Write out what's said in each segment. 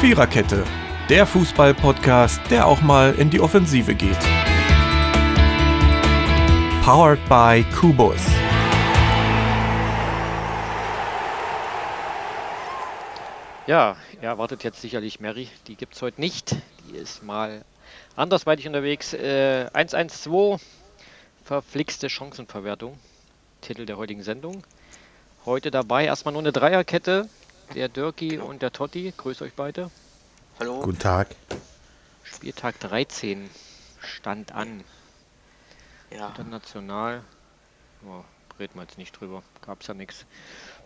Viererkette, der Fußball-Podcast, der auch mal in die Offensive geht. Powered by Kubus. Ja, ihr erwartet jetzt sicherlich Mary, die gibt es heute nicht. Die ist mal andersweitig unterwegs. Äh, 1-1-2, verflixte Chancenverwertung, Titel der heutigen Sendung. Heute dabei erstmal nur eine Dreierkette, der Dirki und der Totti. Grüß euch beide. Hallo. Guten Tag. Spieltag 13 stand an. Ja. International. Ja, reden wir jetzt nicht drüber. Gab's ja nichts.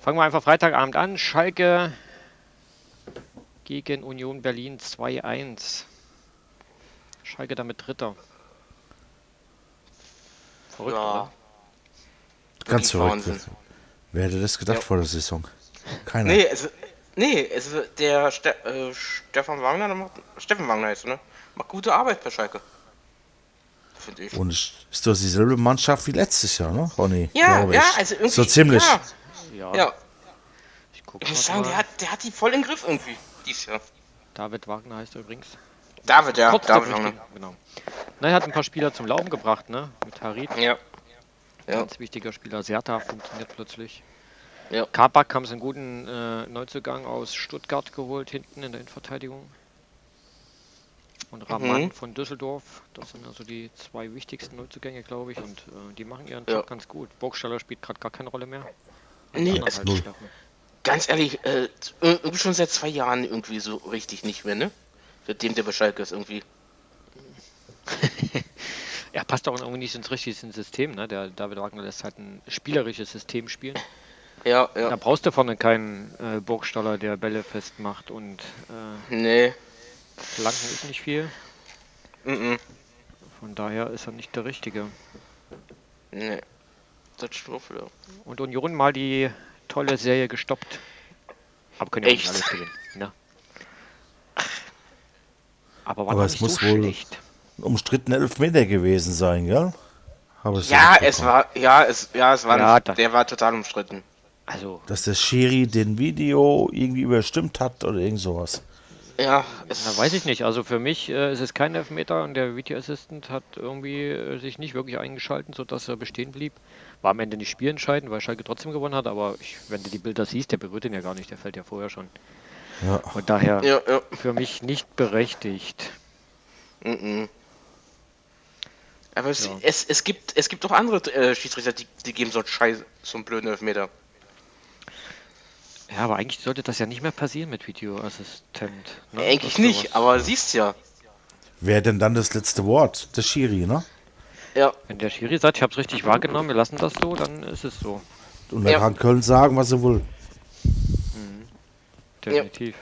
Fangen wir einfach Freitagabend an. Schalke gegen Union Berlin 2-1. Schalke damit Dritter. Verrückt, ja. oder? Wirklich Ganz verrückt. Wahnsinn. Wer hätte das gedacht Ja. vor der Saison? Keiner. Nee, es, nee, es, der Ste äh, Stefan Wagner, der macht, Steffen Wagner jetzt, ne? Macht gute Arbeit bei Schalke. Finde ich. Und es ist doch dieselbe Mannschaft wie letztes Jahr, ne, Ronny? ja, Glaube ja, ich. also irgendwie. So ziemlich. Ja, Ja, ja. ich guck Ich grad muss sagen, mal. der hat, der hat die voll im Griff irgendwie. Dies Jahr. David Wagner heißt er übrigens. David, ja. Kurz David dafür Wagner. stehen, Genau. Na, er hat ein paar Spieler zum Laufen gebracht, ne? Mit Harit, Ja. Ja. ganz wichtiger Spieler. Serta funktioniert plötzlich. Ja. Kabak haben sie einen guten äh, Neuzugang aus Stuttgart geholt, hinten in der Innenverteidigung. Und Rahman Mhm. von Düsseldorf, das sind also die zwei wichtigsten Neuzugänge, glaube ich. Und äh, die machen ihren Ja. Job ganz gut. Burgstaller spielt gerade gar keine Rolle mehr. Die Nee, anderen also, halt null. starten. ganz ehrlich, äh, irgendwie schon seit zwei Jahren irgendwie so richtig nicht mehr, ne? Seitdem der bei Schalke ist irgendwie. Er passt auch irgendwie nicht ins richtige System, ne? Der David Wagner lässt halt ein spielerisches System spielen. Ja, Da ja. brauchst du vorne keinen äh, Burgstaller, der Bälle festmacht und äh, Nee. Flanken ist nicht viel. Mhm. Von daher ist er nicht der Richtige. Nee. Das Schwuffel, ja. Und Union mal die tolle Serie gestoppt. Aber können ja auch nicht Echt? alles gewinnen. Ne? Aber war Aber doch es nicht muss so wohl- schlecht. Ein umstrittener Elfmeter gewesen sein, gell? Habe ich so Ja, mitbekommen. es war, ja, es, ja, es war, Ja, da- der war total umstritten. Also, Dass der Schiri den Video irgendwie überstimmt hat oder irgend sowas. Ja, es, na, weiß ich nicht. Also für mich äh, ist es kein Elfmeter und der Video Assistant hat irgendwie äh, sich nicht wirklich eingeschalten, sodass er bestehen blieb. War am Ende nicht spielentscheidend, weil Schalke trotzdem gewonnen hat, aber ich, wenn du die Bilder siehst, der berührt ihn ja gar nicht, der fällt ja vorher schon. Ja. Von daher Ja, ja. für mich nicht berechtigt. Mhm. Aber es, es, es gibt, es gibt auch andere äh, Schiedsrichter, die, die geben so einen Scheiß, so einen blöden Elfmeter. Ja, aber eigentlich sollte das ja nicht mehr passieren mit Videoassistent. ne? Äh, Eigentlich Dass nicht, sowas- aber siehst ja. Wer hat denn dann das letzte Wort? Der Schiri, ne? Ja, Wenn der Schiri sagt, ich hab's richtig wahrgenommen, wir lassen das so, dann ist es so. Und dann Ja. kann Köln sagen, was er will. Definitiv.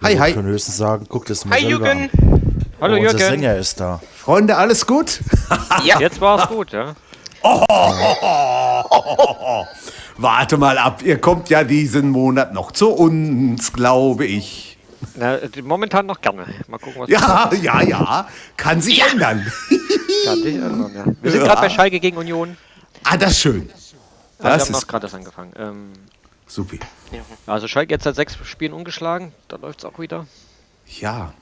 Hi, Wir hi. können höchstens sagen, guck das mal hi selber Jürgen. an. Hallo oh, Jürgen, Unser Sänger ist da. Freunde, alles gut? jetzt Ah. war's gut, ja? Warte mal ab, ihr kommt ja diesen Monat noch zu uns, glaube ich. Na, äh, momentan noch gerne. Mal gucken, was Ja, ja, ja, kann sich ändern. kann sich ändern, ja. Wir sind gerade bei Schalke gegen Union. ah, das ist schön. Ah, wir Das haben noch ist gerade das angefangen. Ähm, supi. also Schalke jetzt seit sechs Spielen ungeschlagen, da läuft's auch wieder. Ja,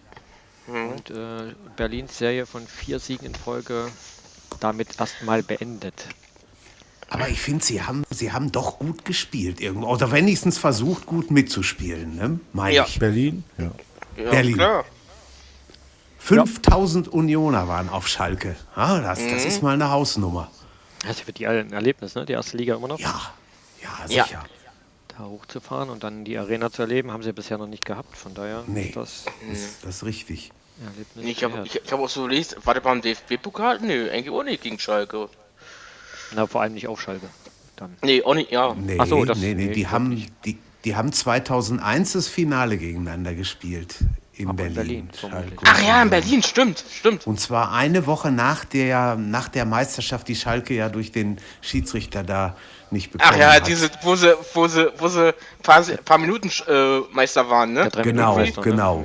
Mhm. Und äh, Berlins Serie von vier Siegen in Folge damit erstmal beendet. aber ich finde, sie haben, sie haben doch gut gespielt irgendwo. Oder wenigstens versucht, gut mitzuspielen, ne? meine Ja. ich. Berlin? Ja. ja Berlin. klar. 5000 Unioner waren auf Schalke. Ah, das, Mhm. das ist mal eine Hausnummer. Das ist Also für die alle ein Erlebnis, ne? Die erste Liga immer noch. Ja, ja, Ja. sicher. Da hochzufahren und dann die Arena zu erleben, haben sie bisher noch nicht gehabt. Von daher Nee. ist das Ist das richtig? Erlebnis. Nee, ich habe wert. ich, ich hab auch so gelesen, war der beim DFB-Pokal? Nö, eigentlich auch nicht gegen Schalke. Na, vor allem nicht auf Schalke. Dann. Nee, auch nicht, ja. Nee, Ach so, das- nee, nee, nee, die, glaub haben, die, die haben 2001 das Finale gegeneinander gespielt in Aber in Berlin. Berlin, Schalke vermutlich. und Ach ja, in Berlin. Berlin, stimmt, stimmt. Und zwar eine Woche nach der, nach der Meisterschaft, die Schalke ja durch den Schiedsrichter da nicht bekommen Ach ja, hat. diese, wo sie, wo sie, wo sie paar, paar Minuten äh, Meister waren, ne? drei Genau, Minuten Meister, ne? genau.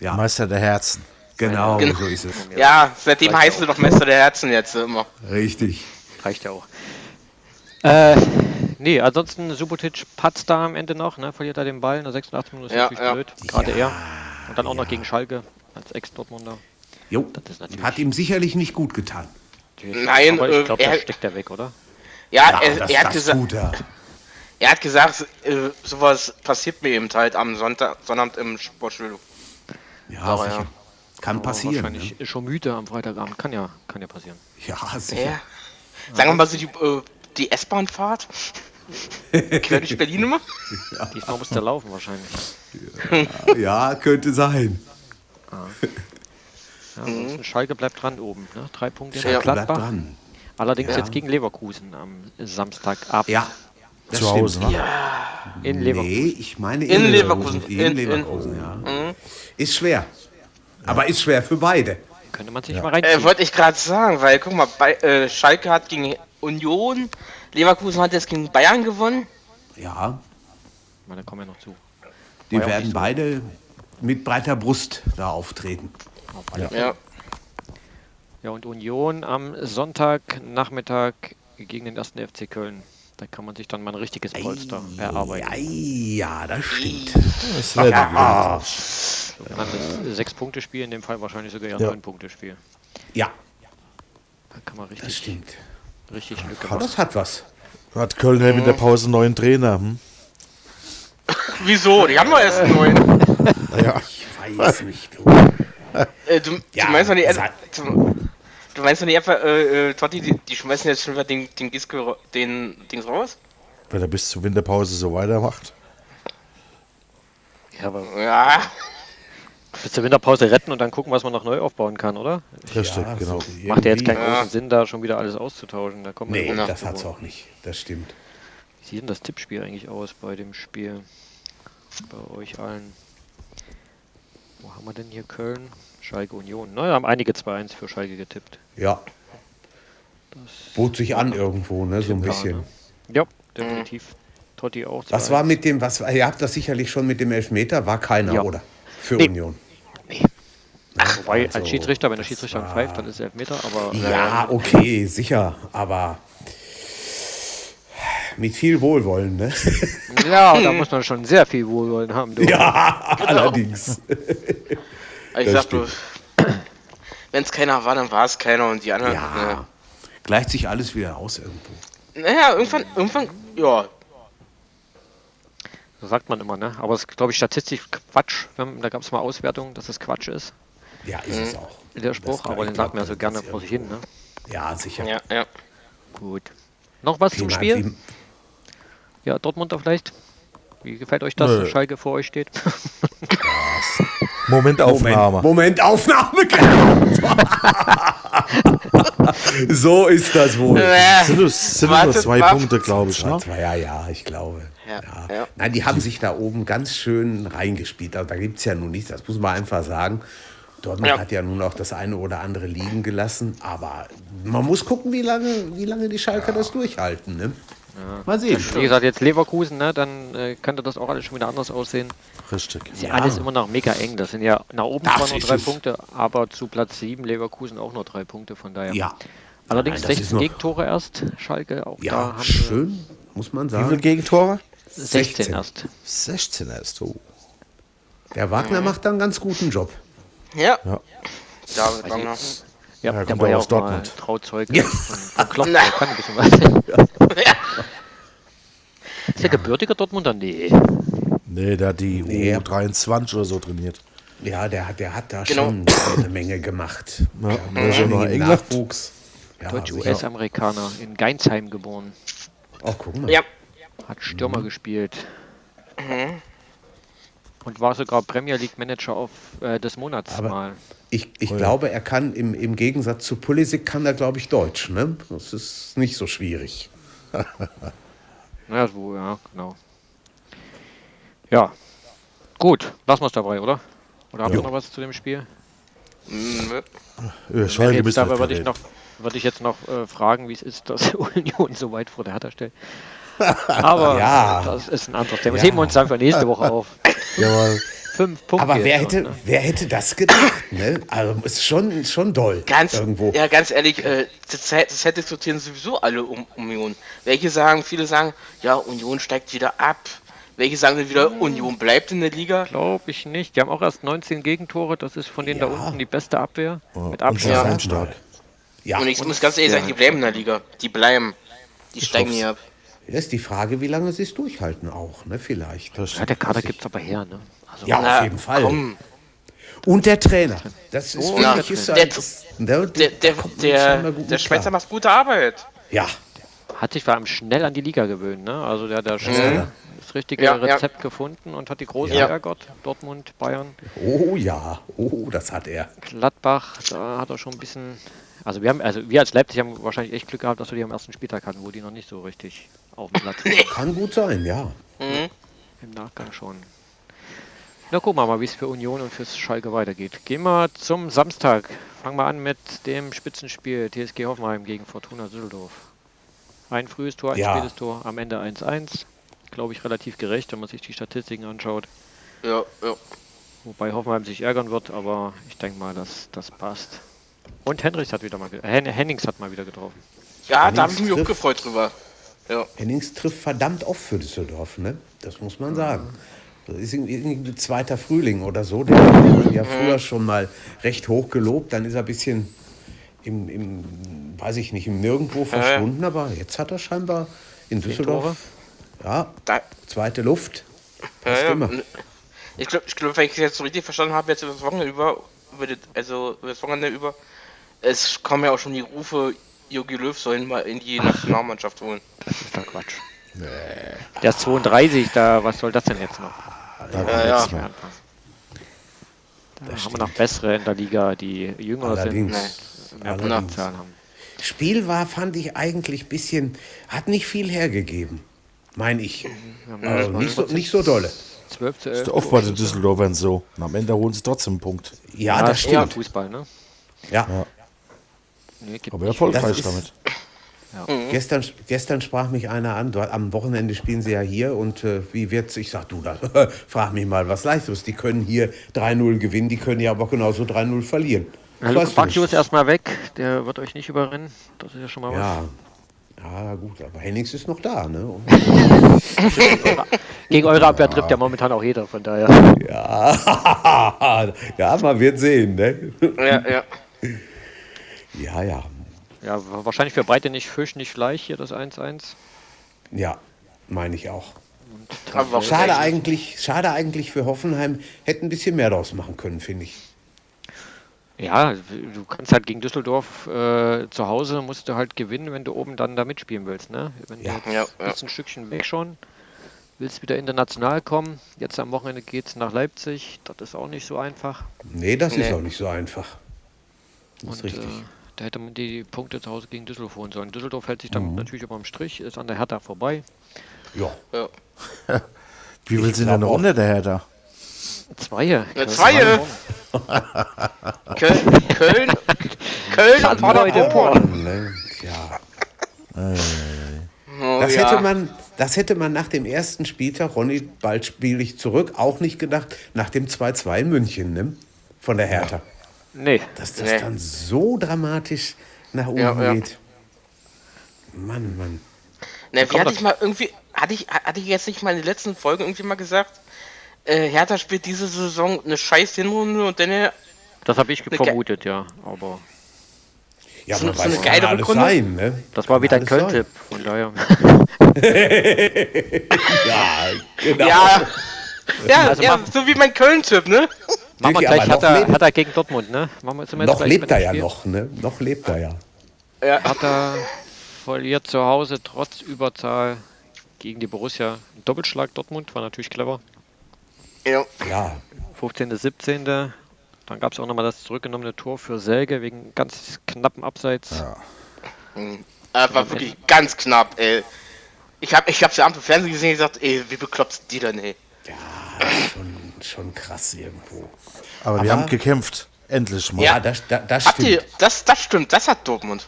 Ja, Meister der Herzen. genau, Genau. so ist es. Ja, seitdem heißt sie doch Meister der Herzen jetzt immer. Richtig. Reicht ja auch. Äh, nee, ansonsten Subotic patzt da am Ende noch, ne? Verliert er den Ball in der 86 Minute ist Ja, natürlich ja. blöd. Gerade er. Und dann auch noch gegen Schalke als Ex-Dortmunder. Jo, Das ist natürlich- hat ihm sicherlich nicht gut getan. Natürlich. Nein, aber ich äh, glaube, er- das steckt er weg, oder? Ja, Ja, er, das, er, hat das gesagt, tut er. er hat gesagt, äh, sowas passiert mir eben halt am Sonntag, Sonnabend im Sportstudio. Ja, Aber ja. sicher. Kann passieren. Oh, Wahrscheinlich Ne? ist schon müde am Freitagabend. Kann ja, kann ja passieren. Ja, sicher. Ja. Sagen wir mal so die, äh, die S-Bahn-Fahrt. Quer durch Berlin immer. Diesmal muss der Mhm. laufen wahrscheinlich. Ja, könnte sein. Ja, Mhm. ansonsten Schalke bleibt dran oben. Ne? Drei Punkte Ja, hinter Bleibt Gladbach. dran. Allerdings jetzt gegen Leverkusen am Samstagabend Ja. Das Zu stimmt. Hause, ne? in Leverkusen. Nee, ich meine In Leverkusen. In, mhm. In- Leverkusen, ja. Ist schwer. Aber ist schwer für beide. Könnte man sich mal Äh, reinziehen. Wollte ich gerade sagen, weil guck mal, bei, äh, Schalke hat gegen Union, Leverkusen hat jetzt gegen Bayern gewonnen. Ja, Mal, da kommen wir noch zu. die War ja auch werden nicht so. beide mit breiter Brust da auftreten. Ja. Ja, und Union am Sonntagnachmittag gegen den 1. FC Köln. Da kann man sich dann mal ein richtiges Polster erarbeiten. Ja, ja, das stimmt. Das wäre ja. Ein Sechs-Punkte-Spiel, in dem Fall wahrscheinlich sogar ja ein Ja. Neun-Punkte-Spiel. Ja, Da kann man das richtig, stimmt. richtig Lücke Aber machen. das hat was. Hat Köln ja mit der Pause einen neuen Trainer. Hm? Wieso? Die haben wir erst einen neuen. Naja, Ich weiß nicht. Äh, du, Ja, du meinst doch nicht, sa- du, du meinst doch nicht einfach, äh, äh, Totti, die, die schmeißen jetzt schon wieder den, den Giske, ra- den Dings raus? wenn er bis zur Winterpause so weitermacht. Ja, aber Ja. bis zur Winterpause retten und dann gucken, was man noch neu aufbauen kann, oder? Richtig, genau. Macht ja jetzt keinen keinen. großen Sinn, da schon wieder alles auszutauschen. Da kommt man Nee, überhaupt das nicht hat's vor. auch nicht. Das stimmt. Wie sieht denn das Tippspiel eigentlich aus bei dem Spiel? Bei euch allen. Wo haben wir denn hier Köln? Schalke Union. Na, da haben einige 2-1 für Schalke getippt. Ja. Bot sich an irgendwo, ne? So ein bisschen. Ja, definitiv. Totti auch. Was 2-1. war mit dem, was ihr habt das sicherlich schon mit dem Elfmeter, war keiner, Ja. oder? Für Nee. Union. Wobei, als Also, Schiedsrichter, wenn der Schiedsrichter pfeift, dann ist er Elfmeter, aber äh, Ja, okay, sicher, aber mit viel Wohlwollen, ne? ja, da muss man schon sehr viel Wohlwollen haben. Du. Genau. Ja, allerdings. Ich Das sag bloß, wenn es keiner war, dann war es keiner und die anderen. Ja. Gleicht sich alles wieder aus irgendwo. Ne. Naja, irgendwann, irgendwann, ja. So sagt man immer, ne? Aber es ist, glaube ich, statistisch Quatsch. Wenn- Da gab es mal Auswertungen, dass es Quatsch ist, Ja, ist es auch. der Spruch, kann aber ich den sagt glauben, man ja so das gerne ist vor sich hin, ne? Ja, sicher. Ja, ja. Gut. Noch was zum Thema Spiel? wie- Ja, Dortmunder vielleicht. Wie gefällt euch das, Nö. dass Schalke vor euch steht? Momentaufnahme. Moment, Moment, Aufnahme. genau. so ist das wohl. Sind nur, sind nur Wartet, zwei wartet. Punkte, glaube ich. Ne? Zwei, ja, ja, ich glaube. Ja, Ja. ja. Nein, die haben sich da oben ganz schön reingespielt. Aber da gibt es ja nun nichts, das muss man einfach sagen. Dortmund Ja. hat ja nun auch das eine oder andere liegen gelassen. Aber man muss gucken, wie lange, wie lange die Schalker das durchhalten. Ne? Mal sehen. Wie gesagt, jetzt Leverkusen, ne? Dann äh, könnte das auch alles schon wieder anders aussehen. Richtig. Ist ja alles immer noch mega eng. Das sind ja nach oben zwar Das nur ist drei es. Punkte, aber zu Platz 7 Leverkusen auch nur drei Punkte. Von daher. Ja, Allerdings Nein, das 16 ist nur- Gegentore erst. Schalke auch da ja haben sie schön, muss man Wie viele sagen. Gegentore? 16 16. erst. 16 erst. Oh. Der Wagner Mhm. macht da einen ganz guten Job. Ja. Ja. David Wagner. Ja, Ja, der kommt war er ja aus auch mal Dortmund. Trauzeuge von, von Klopp. Der kann ein bisschen was. Ist der gebürtiger Dortmunder? Nee. Nee, der hat die Nee. U23 oder so trainiert. Ja, der, hat- der hat da Genau. schon eine Menge gemacht. Ja, Mit das ist ja noch einigem England. Nachwuchs. Ja, sicher. Deutsch-US-Amerikaner in Geinsheim geboren. Oh, guck mal. Ja. Hat Stürmer Mhm. gespielt. Und war sogar Premier League Manager auf, äh, des Monats Aber- mal. Ich, ich glaube, er kann im, im Gegensatz zu Pulisic kann er, glaube ich, Deutsch. Ne? Das ist nicht so schwierig. Naja, so, ja, genau. Ja. Gut, lassen wir es dabei, oder? Oder habt ihr noch was zu dem Spiel? Mhm. Ja, Äh, Schalke Jetzt bist halt dabei würde ich noch, würde ich jetzt noch äh, fragen, wie es ist, dass Union so weit vor der Hertha steht. Aber Ja. das ist ein anderes Thema. Das Ja. heben wir uns dann für nächste Woche auf. Jawohl. Fünf Punkte. Aber wer jetzt noch, hätte, ne? wer hätte das gedacht? Ne? Also ist schon, schon doll. Ganz, irgendwo. ja, ganz ehrlich, äh, das, das hätte diskutieren sowieso alle um Union. Welche sagen, viele sagen, ja, Union steigt wieder ab. Welche sagen dann wieder, Union bleibt in der Liga? Glaube ich nicht. Die haben auch erst 19 Gegentore. Das ist von denen da Ja. Oh, unten die beste Abwehr. Mit und sie Abstand. sind stark. Ja, Und ich muss ganz ehrlich sagen, die bleiben in der Liga. Die bleiben. Die steigen hoff's. nie ab. Ja, ist die Frage, wie lange sie es durchhalten auch, ne? Vielleicht. Ja, der Kader gibt es aber her. Ne? Also, Ja, Na, auf jeden Fall. Ah, Komm, Und der Trainer. Das ist ja. wirklich ist Der- ein, ist, ne, der, der, da kommt man der, scheinbar gut der mit Schweizer klar. macht gute Arbeit. Ja, Hat sich vor allem schnell an die Liga gewöhnt. Ne? Also der hat da schnell das richtige Ja, ja. Rezept gefunden und hat die Großen Ja. geärgert. Dortmund, Bayern, oh ja, oh, das hat er. Gladbach. Da hat er schon ein bisschen. Also wir haben, also wir als Leipzig haben wahrscheinlich echt Glück gehabt, dass wir die am ersten Spieltag hatten, wo die noch nicht so richtig auf dem Platz waren. Kann gut sein, ja. Im Nachgang schon. Na, gucken wir mal, wie es für Union und fürs Schalke weitergeht. Gehen wir zum Samstag. Fangen wir an mit dem Spitzenspiel TSG Hoffenheim gegen Fortuna Düsseldorf. Ein frühes Tor, ein Ja. spätes Tor, am Ende 1-1. Glaube ich, relativ gerecht, wenn man sich die Statistiken anschaut. Ja, ja. Wobei Hoffenheim sich ärgern wird, aber ich denke mal, dass das passt. Und Henrichs hat wieder mal ge- Hen Hennings hat mal wieder getroffen. ja da habe ich mich auch trifft. gefreut drüber. Ja. Hennings trifft verdammt oft für Düsseldorf, ne? Das muss man sagen. Das ist irgendwie- irgendwie ein zweiter Frühling oder so. Den hat man ja früher schon mal recht hoch gelobt. Dann ist er ein bisschen im, im weiß ich nicht, im Nirgendwo verschwunden. Aber jetzt hat er scheinbar in Düsseldorf, ja, Da, zweite Luft. Passt ja, ja. immer. Ich glaube, ich glaub, wenn ich es jetzt so richtig verstanden habe, jetzt über das Wochenende über, über das, also über das Wochenende über, es kommen ja auch schon die Rufe, Jogi Löw soll ihn mal in die Nationalmannschaft holen. Das ist doch Quatsch. Der ist 32, da, was soll das denn jetzt noch? Ja, ja. Da haben wir noch bessere in der Liga, die jünger Allerdings. sind, mehr Allerdings. Potenzial haben. Spiel war, fand ich eigentlich ein bisschen, hat nicht viel hergegeben. Meine ich. Also nicht, so, nicht so dolle. 12 zu Ist 11. der oft bei den Düsseldorfern so. Und am Ende holen sie trotzdem einen Punkt. Ja, Ja, das ist eher stimmt. Fußball, ne? Ja. Nee, gibt Aber nicht. Das erfolgreich ist- damit. Gestern, gestern sprach mich einer an, dort, am Wochenende spielen sie ja hier und äh, wie wird's? Ich sag, du, da, frag mich mal was Leichtes. Die können hier 3-0 gewinnen, die können ja aber genauso 3-0 verlieren. Na, Das Luke weißt du Bacchio nicht. ist erstmal weg, der wird euch nicht überrennen. Das ist ja schon mal was. ja. ja, gut, aber Hennings ist noch da, ne? Und, Gegen eure Abwehr trifft ja momentan auch jeder, von daher. ja, ja, man wird sehen, ne? Ja, ja. Ja, ja, Ja, wa- wahrscheinlich für beide nicht Fisch, nicht Fleisch hier das 1-1. ja, meine ich auch. Aber warum Schade eigentlich? eigentlich, schade eigentlich für Hoffenheim, hätten ein bisschen mehr draus machen können, finde ich. Ja, du kannst halt gegen Düsseldorf äh, zu Hause musst du halt gewinnen, wenn du oben dann da mitspielen willst, ne? Wenn Ja. du Ja, jetzt ja. bist ein Stückchen weg schon, willst wieder international kommen. Jetzt am Wochenende geht's nach Leipzig, das ist auch nicht so einfach. Nee, das ist Nee. auch nicht so einfach. Das ist richtig. Äh, da hätte man die Punkte zu Hause gegen Düsseldorf holen sollen. Düsseldorf hält sich damit Mhm. natürlich aber am Strich, ist an der Hertha vorbei. Ja. Ja. Wie viel sind denn noch glaub auch. unter der Hertha? Zweie. Eine Klaus, Zweie. Mann. Köln, Köln, Köln und Paderborn. Ne? Ja. Oh, Das, ja. hätte man, das hätte man nach dem ersten Spieltag, Ronny, bald spiele ich zurück, auch nicht gedacht, nach dem 2-2 in München ne? von der Hertha. Nee, Dass das Nee. dann so dramatisch nach oben Ja, ja. geht. Mann, Mann. Na, Ne, wie kommt hatte das- ich mal irgendwie, hatte ich, hatte ich jetzt nicht mal in den letzten Folgen irgendwie mal gesagt, äh, Hertha spielt diese Saison eine scheiß Hinrunde und dann das habe ich ge- vermutet, ja. Aber Ja, So- man so weiß, eine kann geile alles Rückrunde? sein, ne? das war Kann wieder ein alles sein. Köln-Tipp. Von daher. Ja, genau. Ja. Ja, Also ja mach- so wie mein Köln-Tipp, ne? Machen wir Dürfen gleich aber noch Hertha, leben. Hertha gegen Dortmund, ne? Machen wir, sind wir jetzt Noch gleich lebt bei er dem ja Spiel? noch, ne? Noch lebt er ja. Hertha verliert zu Hause trotz Überzahl gegen die Borussia. Ein Doppelschlag Dortmund war natürlich clever. Ja. äh, Ja, 15. 17. Dann gab es auch nochmal das zurückgenommene Tor für Selge wegen ganz knappen Abseits. Aber war wirklich ganz knapp, ey. Ich hab, ich hab's ja am Fernsehen gesehen und gesagt, ey, wie bekloppt die denn, ey? schon, schon krass irgendwo. Aber, wir Aber- haben gekämpft. Endlich mal. Ja, das, das, das Habt stimmt. ihr, das, das stimmt, das hat Dortmund.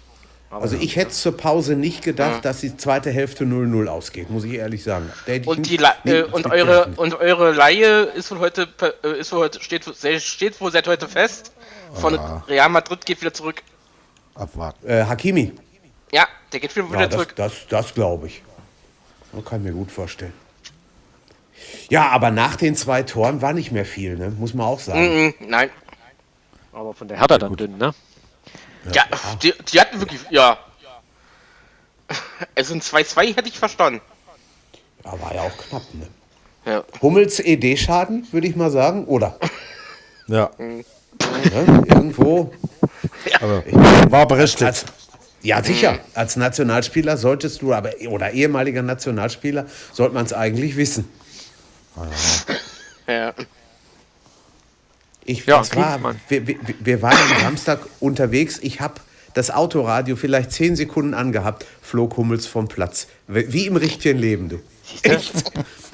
Also ich hätte zur Pause nicht gedacht, dass die zweite Hälfte 0-0 ausgeht, muss ich ehrlich sagen. Da hätte ich Und nicht- die La- nicht äh, mit und gerechnet. eure und eure Laie ist wohl heute per- äh, ist wohl heute steht steht wohl seit heute fest. Von Real Madrid geht wieder zurück. Abwarten. äh, Hakimi. Ja, der geht wieder, Ja, wieder das zurück. das, das glaube ich. Das kann ich mir gut vorstellen. Ja, aber nach den zwei Toren war nicht mehr viel, ne? muss man auch sagen. Mhm, nein. Aber von der Hertha dann dünn, ne? Ja, die, die hatten wirklich. Ja. Also ein 2-2 hätte ich verstanden. Aber war ja auch knapp. Ne? Ja. Hummels ED-Schaden, würde ich mal sagen, oder? Ja, Ne? Irgendwo. war berechtigt. Ja, Mhm. sicher. Als Nationalspieler solltest du, aber oder ehemaliger Nationalspieler, sollte man es eigentlich wissen. ja. Ich Ja, das war, Klinsmann. wir, wir, wir waren am Samstag unterwegs. Ich habe das Autoradio vielleicht zehn Sekunden angehabt, flog Hummels vom Platz. Wie wie im richtigen Leben, du. Echt?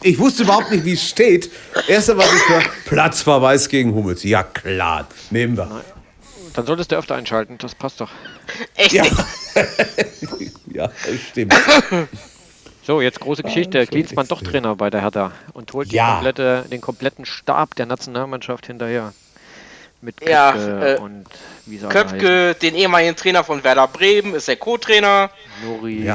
Ich wusste überhaupt nicht, wie es steht. Erste, was ich höre, Platzverweis gegen Hummels. Ja, klar, nehmen wir. Dann solltest du öfter einschalten, das passt doch. Echt? Ja. ja, das stimmt. So, jetzt große Geschichte. Klinsmann doch Trainer bei der Hertha und holt die Ja. komplette, den kompletten Stab der Nationalmannschaft hinterher. Mit Köpke Ja, äh, und wie sie alle heißen, Köpke, den ehemaligen Trainer von Werder Bremen, ist der Co-Trainer. Nuri Ja.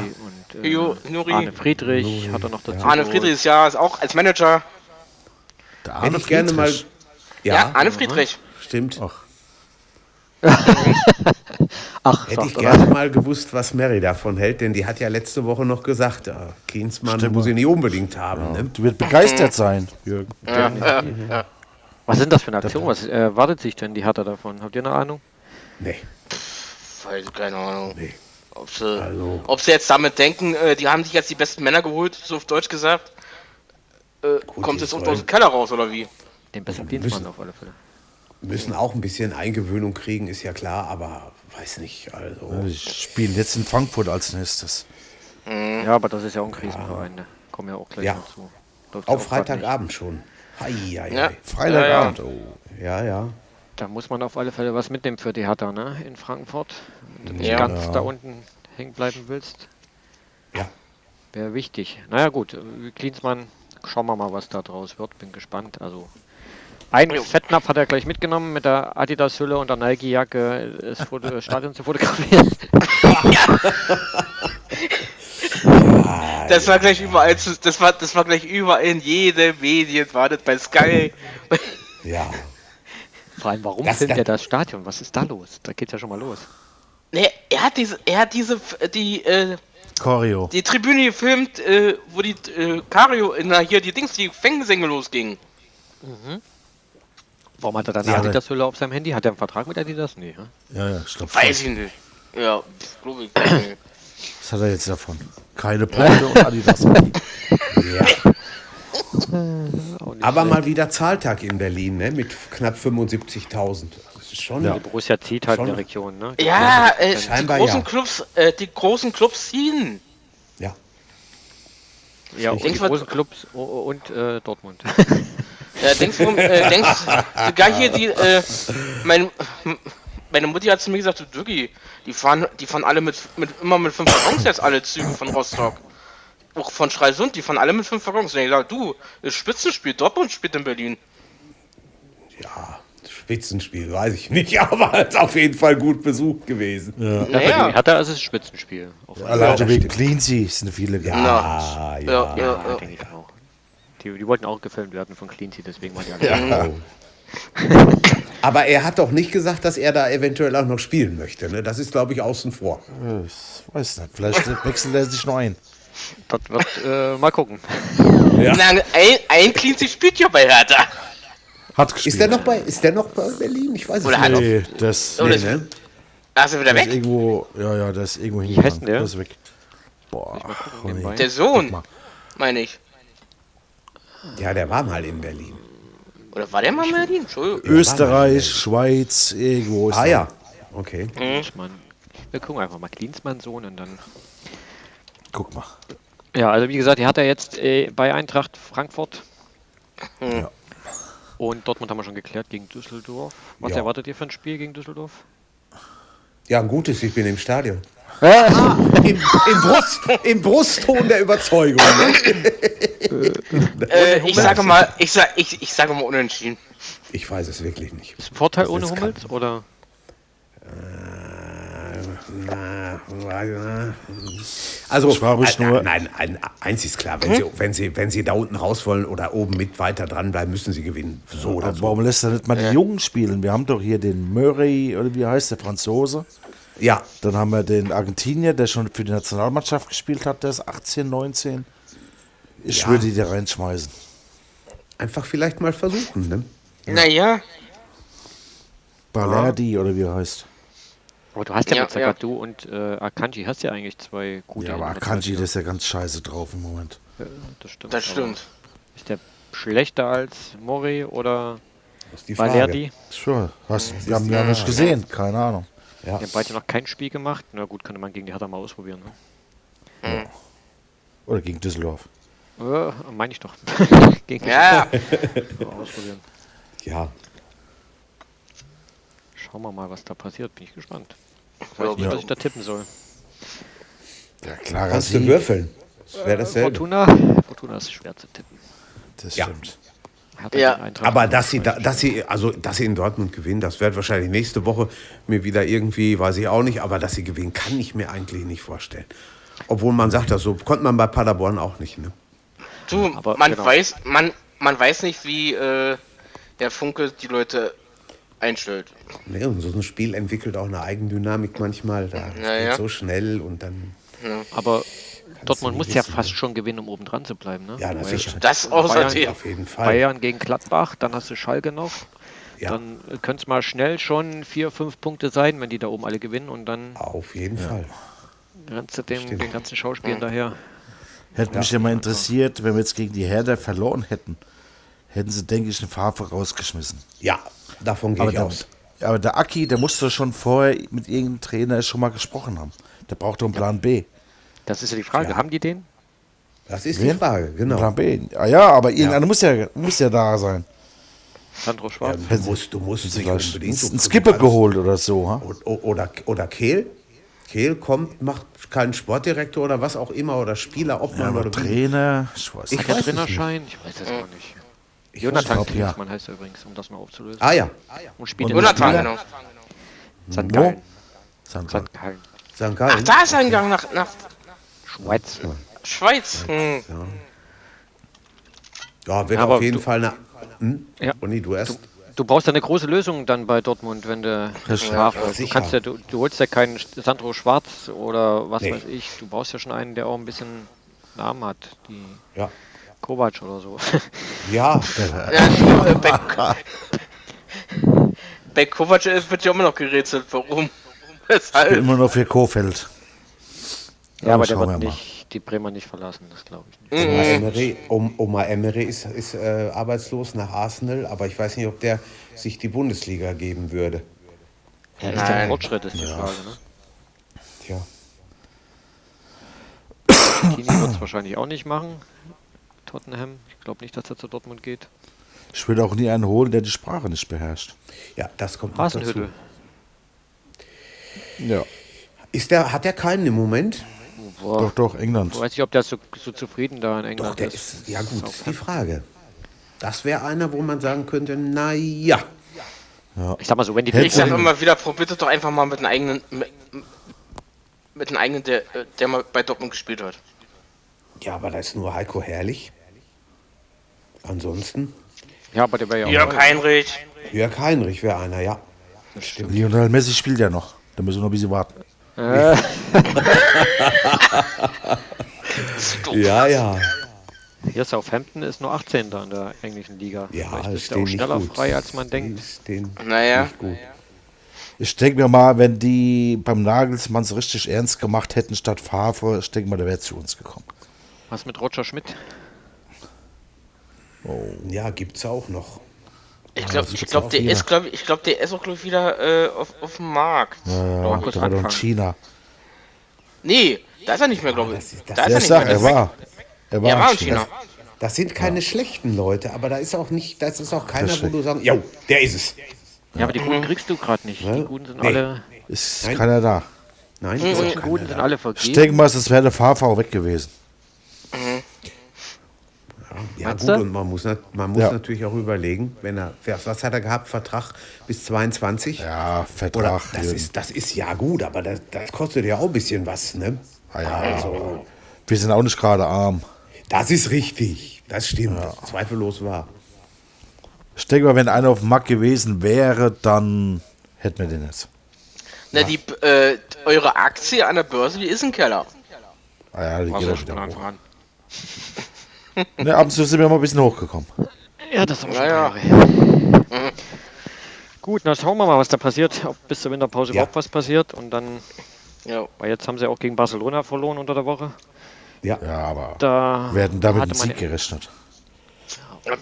und äh, Jo, Nuri. Arne Friedrich hat er noch dazu. Arne geholt. Friedrich ist ja ist auch als Manager. Der Hätte arme ich gerne mal. Friedrich. Ja, Mhm. Ja, Arne Friedrich. stimmt. Ach. Ach, Hätte ich sagt er. gerne mal gewusst, was Mary davon hält, denn die hat ja letzte Woche noch gesagt, äh, Klinsmann Stimmt. muss ich nicht unbedingt haben. Ne? Du wirst begeistert sein, Jürgen. Was sind das für eine Aktion? Was äh, erwartet sich denn die Hertha davon? Habt ihr eine Ahnung? Nee. Weiß, keine Ahnung. Nee. Ob sie, Also- ob sie jetzt damit denken, äh, die haben sich jetzt die besten Männer geholt, so auf Deutsch gesagt. Äh, kommt die jetzt unten sollen- aus dem Keller raus oder wie? Den besseren Also, müssen- Dienstmann auf alle Fälle. müssen auch ein bisschen Eingewöhnung kriegen, ist ja klar, aber weiß nicht. Also, Ich spiele jetzt in Frankfurt als nächstes. Ja, aber das ist ja auch ein Krisenverein. Ne? Kommen ja auch gleich Hm. Ja. dazu. Läuft ja grad auch nicht. Freitagabend schon. Hei, hei, Ja. hei. Freitagabend. Oh. Ja, ja. Da muss man auf alle Fälle was mitnehmen für die Hertha, ne? In Frankfurt. Wenn du nicht Ja. ganz da unten hängen bleiben willst, Ja, wäre wichtig. Naja gut, äh, Klinsmann, schauen wir mal, was da draus wird. Bin gespannt. Also ein Jo. Fettnapf hat er gleich mitgenommen mit der Adidas-Hülle und der Nike-Jacke, das Foto, das Stadion zu fotografieren. Das war gleich überall zu, das war das war gleich überall in jedem Medien, war das bei Sky. ja. Vor allem, warum Das- filmt das- er das Stadion? Was ist da los? Da geht's ja schon mal los. Nee, er hat diese er hat diese die äh, Choreo. die Tribüne gefilmt, äh, wo die äh, Kario na hier die Dings die Fängsänge losgingen. Warum hat er dann Ja, eine Adidas-Hülle auf seinem Handy? Hat er einen Vertrag mit Adidas? Nee, ne? Ja, ja, ich glaube, Weiß ich nicht. Ja, glaube ich. nicht. was hat er jetzt davon? Keine Punkte und Adidas. ja, Aber mal wieder Zahltag in Berlin, ne? Mit knapp 75.000. Das ist schon. Ja. Borussia zieht halt in Schon. der Region, ne? Ja, äh, die Scheinbar großen ja. Clubs, äh, die großen Clubs ziehen. ja. Ja, und die Ingwer- großen Clubs o- o- und äh, Dortmund. Äh, denkst du, äh, denkst sogar hier die, äh, mein, meine Mutti hat zu mir gesagt, du Dürgi, die fahren, die fahren alle mit, mit immer mit fünf Waggons jetzt alle Züge von Rostock. Auch von Stralsund, die fahren alle mit fünf Waggons. Und ich sag, du, das Spitzenspiel, Dortmund spielt in Berlin. ja. Spitzenspiel, weiß ich nicht, aber es ist auf jeden Fall gut besucht gewesen. Ja. Naja. Hat er, ist es ein Spitzenspiel. Auf alle Alleine das wegen stimmt. Cleansy sind viele gegangen. Ah, Ja, ja. ja. Fälle, ja, ja. denke ich auch. Die, die wollten auch gefilmt werden von Clean Tea, deswegen waren die alle. Aber er hat doch nicht gesagt, dass er da eventuell auch noch spielen möchte. Ne? Das ist, glaube ich, außen vor. Ich weiß nicht, vielleicht wechselt er sich noch ein. Das wird, äh, mal gucken. Na, ein, ein Cleansy spielt ja bei Hertha. Hat gespielt. Ist der noch bei, ist der noch bei Berlin? Ich weiß es Oder nicht. hat er- Nee, das, Oder nee, ist- ne? Da ist er wieder der ist weg. irgendwo, ja, ja, der ist irgendwo heißt hingegangen. denn der? Der ist weg. Boah, nebenbei. Conny. Der Sohn, meine ich. Ja, der war mal in Berlin. Oder war der mal in Berlin? Entschuldigung. Österreich, Schweiz, irgendwo ist Ah er. ja, okay. Mhm. Klinsmann. Wir gucken einfach mal Klinsmann Sohn und dann. Guck mal. Ja, also wie gesagt, die hat er jetzt äh, bei Eintracht Frankfurt. Ja. Und Dortmund haben wir schon geklärt gegen Düsseldorf. Was Ja. erwartet ihr für ein Spiel gegen Düsseldorf? Ja, ein gutes, ich bin im Stadion. Ah, im, im, Brust, Im Brustton der Überzeugung. Ne? Äh, ich sage mal, ich, sag, ich, ich sage mal unentschieden. Ich weiß es wirklich nicht. Ist ein Vorteil Das ohne ist Hummels oder? Na, na, also, Schwabisch äh, nur. Nein, ein, eins ist klar, wenn, sie, wenn, sie, wenn sie da unten raus wollen oder oben mit weiter dranbleiben, müssen sie gewinnen. So oder Aber so. warum lässt er nicht mal die Jungen spielen? Wir haben doch hier den Murray, oder wie heißt der Franzose? Ja, Dann haben wir den Argentinier, der schon für die Nationalmannschaft gespielt hat, der ist 18, 19. Ich Ja. würde die da reinschmeißen. einfach vielleicht mal versuchen. Ne? Naja, Balerdi oder wie er heißt. Aber du hast ja, Ja, mit Sagadu und äh, Akanji hast ja eigentlich zwei gute. Ja, aber Akanji, der ist ja ganz scheiße drauf im Moment. das stimmt. das aber stimmt. Ist der schlechter als Mori oder Das ist die Frage. Valerdi? Sure. Hast, wir haben ja nicht gesehen, keine Ahnung. Ja. Die haben beide noch kein Spiel gemacht. Na gut, könnte man gegen die Hertha mal ausprobieren. Ne? Oder gegen Düsseldorf. Äh, meine ich doch. Gegen Ja, die mal ausprobieren. ja, Schauen wir mal, was da passiert. Bin ich gespannt. Ich weiß Ja. nicht, was ich da tippen soll. Ja, klarer kannst du Sieg. würfeln. Das wäre dasselbe. Fortuna, Fortuna ist schwer zu tippen. Das Ja. stimmt. Hertha Ja, gegen Eintracht. Aber dass sie, da- dass sie, also dass sie in Dortmund gewinnen, das wird wahrscheinlich nächste Woche mir wieder irgendwie, weiß ich auch nicht, aber dass sie gewinnen, kann ich mir eigentlich nicht vorstellen. Obwohl man sagt, das so konnte man bei Paderborn auch nicht. Ne? du, Aber man genau. weiß, man, man weiß nicht, wie äh, der Funke die Leute einstellt. Nee, Ne, und so ein Spiel entwickelt auch eine Eigendynamik manchmal. Da Ja, geht ja. so schnell und dann. Aber Dortmund nicht muss ja wissen, ne? fast schon gewinnen, um oben dran zu bleiben. Ne? Ja, na Weil sicher. Das Bayern- außerdem. Auf jeden Fall. Bayern gegen Gladbach, dann hast du Schalke noch. Ja. Dann äh, könnte es mal schnell schon vier, fünf Punkte sein, wenn die da oben alle gewinnen und dann Auf jeden Fall. rennst du dem, Stimmt. den ganzen Mhm. Schauspielern daher. Hätte mich ja mal interessiert, wenn wir jetzt gegen die Herder verloren hätten, hätten sie, denke ich, einen Farbe rausgeschmissen. Ja, davon gehe Aber ich der, aus. aber der Aki, der musste schon vorher mit irgendeinem Trainer schon mal gesprochen haben. Der braucht doch einen Plan B. Das ist ja die Frage. Haben die den? Das ist Wen? die Frage, genau. Plan B. Ah, ja, aber irgendeiner Muss, ja, muss ja da sein. Sandro Schwab? Du musst, du musst nicht Vielleicht einen unbedingt. einen Skipper geholt oder so. Ha? O- o- Oder, oder Kehl. Kehl kommt, macht keinen Sportdirektor oder was auch immer oder Spieler, ob man Aber oder wie. Trainer, ich weiß Ich nicht. Der weiß es Trainerschein? Ich weiß das gar nicht. Ich Äh, Jonathan glaub, ja. Klinsmann heißt er übrigens, um das mal aufzulösen. Ah ja, Und spielt in Jonathan, Sandhausen. genau. Sandgallen. Sandra. Sandgallen. St. Ach, Gallen. da ist ein Gang nach, nach Schweiz. Schweiz. Hm. ja, wird Aber auf jeden du- Fall eine. Hm? Ja. Bonnie, du erst. Du brauchst ja eine große Lösung dann bei Dortmund, wenn du Strafe hast. Du, sicher. kannst ja, du, du holst ja keinen Sandro Schwarz oder was Nee. weiß ich. Du brauchst ja schon einen, der auch ein bisschen Namen hat. Die Ja. Kovac oder so. Ja, Ja, du, äh, bei, bei Kovac ist- wird ja immer noch gerätselt. Warum? Ich bin Weshalb? immer noch für Kofeld. Oh, ja, aber der schauen wird wir mal. nicht die Bremer nicht verlassen, das glaube ich nicht. Oma Emery, Om- Oma Emery ist, ist äh, arbeitslos nach Arsenal, aber ich weiß nicht, ob der sich die Bundesliga geben würde. Ja, ist der Nein. Fortschritt ist die Frage. Ne? Tja. Kini wird es wahrscheinlich auch nicht machen. Tottenham. Ich glaube nicht, dass er zu Dortmund geht. Ich würde auch nie einen holen, der die Sprache nicht beherrscht. Ja, das kommt noch dazu. Hasenhüttel. Ja. Ist der, hat der keinen im Moment? Doch, Boah. doch, England. Ich weiß nicht, ob der so, so zufrieden da in England Doch, der ist. ist. Ja, gut, ist die Frage. Das wäre einer, wo man sagen könnte, naja. Ich sag mal so, wenn die Hätte- Ich sag Dortmund- immer wieder, probiert es doch einfach mal mit einem eigenen, mit, mit einem eigenen, der, äh, der mal bei Dortmund gespielt hat. Ja, aber da ist nur Heiko Herrlich. Ansonsten, Ja, aber der wäre ja auch. Jörg Heinrich. Jörg Heinrich wäre einer, ja. Lionel Messi spielt ja noch. Da müssen wir noch ein bisschen warten. Ja, ja. Hier Southampton ist nur 18. in der englischen Liga. Ja, Vielleicht ist es er stehen auch nicht schneller gut. frei, als man denkt. Ist den Naja, nicht gut. Ich denke mir mal, wenn die beim Nagelsmanns richtig ernst gemacht hätten statt Favre, ich denke mal, der wäre zu uns gekommen. Was mit Roger Schmidt? Ja, gibt's auch noch. ich glaube, gibt's ich glaub, auch der wieder. ist, glaube ich, glaub, der ist auch glaub, wieder äh, auf, auf dem Markt. Ja, Markus da war doch in Anfang. China. Nee, da ist er nicht mehr, glaube ich. das ist- das Da ist ist- er Der nicht sagt, mehr. er das- war. Er war, Er war in China. Das sind keine schlechten Leute, aber da ist auch nicht, das ist auch keiner, wo stimmt. du sagst, jo, der ist es. Ja, aber die Guten kriegst du gerade nicht. Die Guten sind Nee. alle, Ist Nein. keiner da. Nein, ist auch die keiner. Guten sind alle Ich vergeben. denke mal, es wäre der Favre auch weg gewesen. Ja, Meinst gut, du? und man muss, nat- man muss Ja. natürlich auch überlegen, wenn er, wer- was hat er gehabt? Vertrag bis 22? Ja, Oder Vertrag. das Jürgen. ist, das ist ja gut, aber das, das kostet ja auch ein bisschen was, ne? Ah ja. Also, Wir sind auch nicht gerade arm. das ist richtig. Das stimmt. Zweifellos wahr. Ich denke mal, wenn einer auf dem Mack gewesen wäre, dann hätten wir den jetzt. Na, die, äh, eure Aktie an der Börse, die ist im Keller. Ah ja, die War's geht ja auch schon wieder von hoch. Anfang an. Ne, ab und zu sind wir mal ein bisschen hochgekommen. Ja, das haben wir schon Naja. Jahre her. Gut, na schauen wir mal, was da passiert, ob bis zur Winterpause Ja. überhaupt was passiert. Und dann, Ja. weil jetzt haben sie auch gegen Barcelona verloren unter der Woche. Ja. Ja, aber Da wir hätten damit hatte einen man- Sieg gerechnet.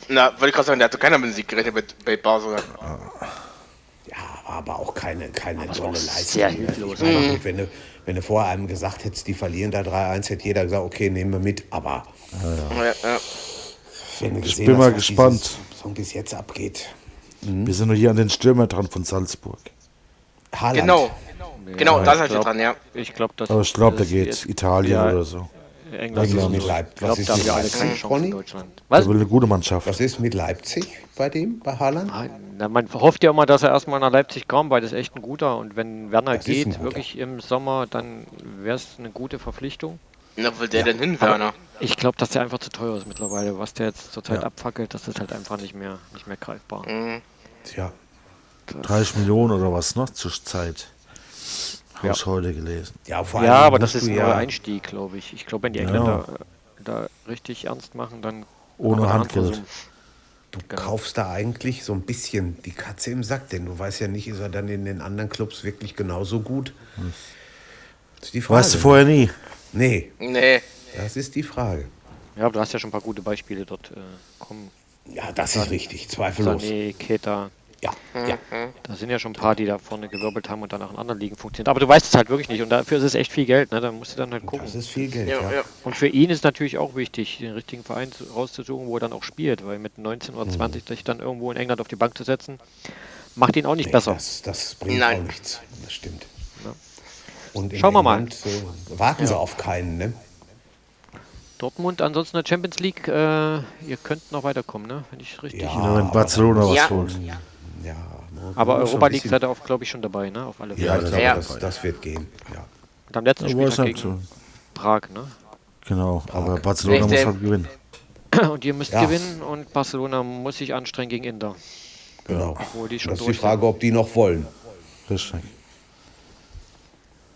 Na, wollte ich gerade sagen, der hatte keiner mit dem Sieg gerechnet bei, bei Barcelona. Ja, war aber auch keine, keine es tolle war Leistung. sehr ne? hilflos, Mhm. Ich meine, gut, wenn, du, wenn du vorher einem gesagt hättest, die verlieren da 3-1, hätte jeder gesagt, okay, nehmen wir mit. Aber Ja, ja. wenn du gesehen bin mal was gespannt. dieses Song bis jetzt abgeht. Wir sind nur hier an den Stürmer dran von Salzburg. Haaland. Genau. Genau, da seid ihr glaub- dran, ja. Ich glaube, das Aber ich glaube, der das geht wird Italien Ja. oder so. England. Was ist Ich mit Leipzig? Was glaube, ist da haben mit wir alle keine Leipzig, Chance in Ronny? Deutschland. Der Was? will eine gute Mannschaft. Was ist mit Leipzig bei dem, bei Haaland? Ah, Na, man hofft ja immer, dass er erstmal nach Leipzig kommt, weil das ist echt ein guter. Und wenn Werner Das ist ein geht, guter. wirklich im Sommer, dann wäre es eine gute Verpflichtung. Na, wo will der denn hin, Werner? Ich glaube, dass der einfach zu teuer ist mittlerweile. Was der jetzt zurzeit abfackelt, das ist halt einfach nicht mehr, nicht mehr greifbar. Tja, 30 Millionen oder was noch zur Zeit. Habe ich heute gelesen. ja, vor Ja, allem aber das musst ist du ein neuer Einstieg, glaube ich. Ich glaube, wenn die Engländer äh, da richtig ernst machen, dann. Ohne aber eine Handgeld. andere Summe. Du kaufst da eigentlich so ein bisschen die Katze im Sack, denn du weißt ja nicht, ist er dann in den anderen Clubs wirklich genauso gut? Das ist die Frage. Weißt du vorher nie. Nee, Nee. das ist die Frage. Ja, aber du hast ja schon ein paar gute Beispiele dort. Äh, kommen. Ja, das ist richtig, zweifellos. Sané, Keta. Ja, ja. Da sind ja schon ein paar, die da vorne gewirbelt haben und danach in anderen Ligen funktioniert. Aber du weißt es halt wirklich nicht. Und dafür ist es echt viel Geld. Ne? Da musst du dann halt gucken. Das ist viel Geld. Ja, Ja, ja. Und für ihn ist natürlich auch wichtig, den richtigen Verein zu- rauszusuchen, wo er dann auch spielt, weil mit 19 oder 20 Mhm. sich dann irgendwo in England auf die Bank zu setzen, macht ihn auch nicht Nee, besser. Das, das bringt Nein. auch nichts. Das stimmt. Und in Schauen wir mal. England, äh, warten wir auf keinen, ne? Dortmund ansonsten in der Champions League, äh, ihr könnt noch weiterkommen, ne? wenn ich richtig. Ja. Wenn aber- Barcelona was Ja. holt. Ja, man Aber muss schon Europa League ein bisschen- seid ihr auf, glaube ich, schon dabei, ne? Auf alle Fälle. Ja, Ja, das, klar. das, das wird gehen. Ja. Und am letzten Aber ist Spieltag halt gegen so. Prag, ne? Genau, aber Barcelona muss Richtig. halt gewinnen. Und ihr müsst Ja. gewinnen und Barcelona muss sich anstrengen gegen Inter, Genau. obwohl die schon Das ist die durch ne? Frage, ob die noch wollen. Richtig. sind.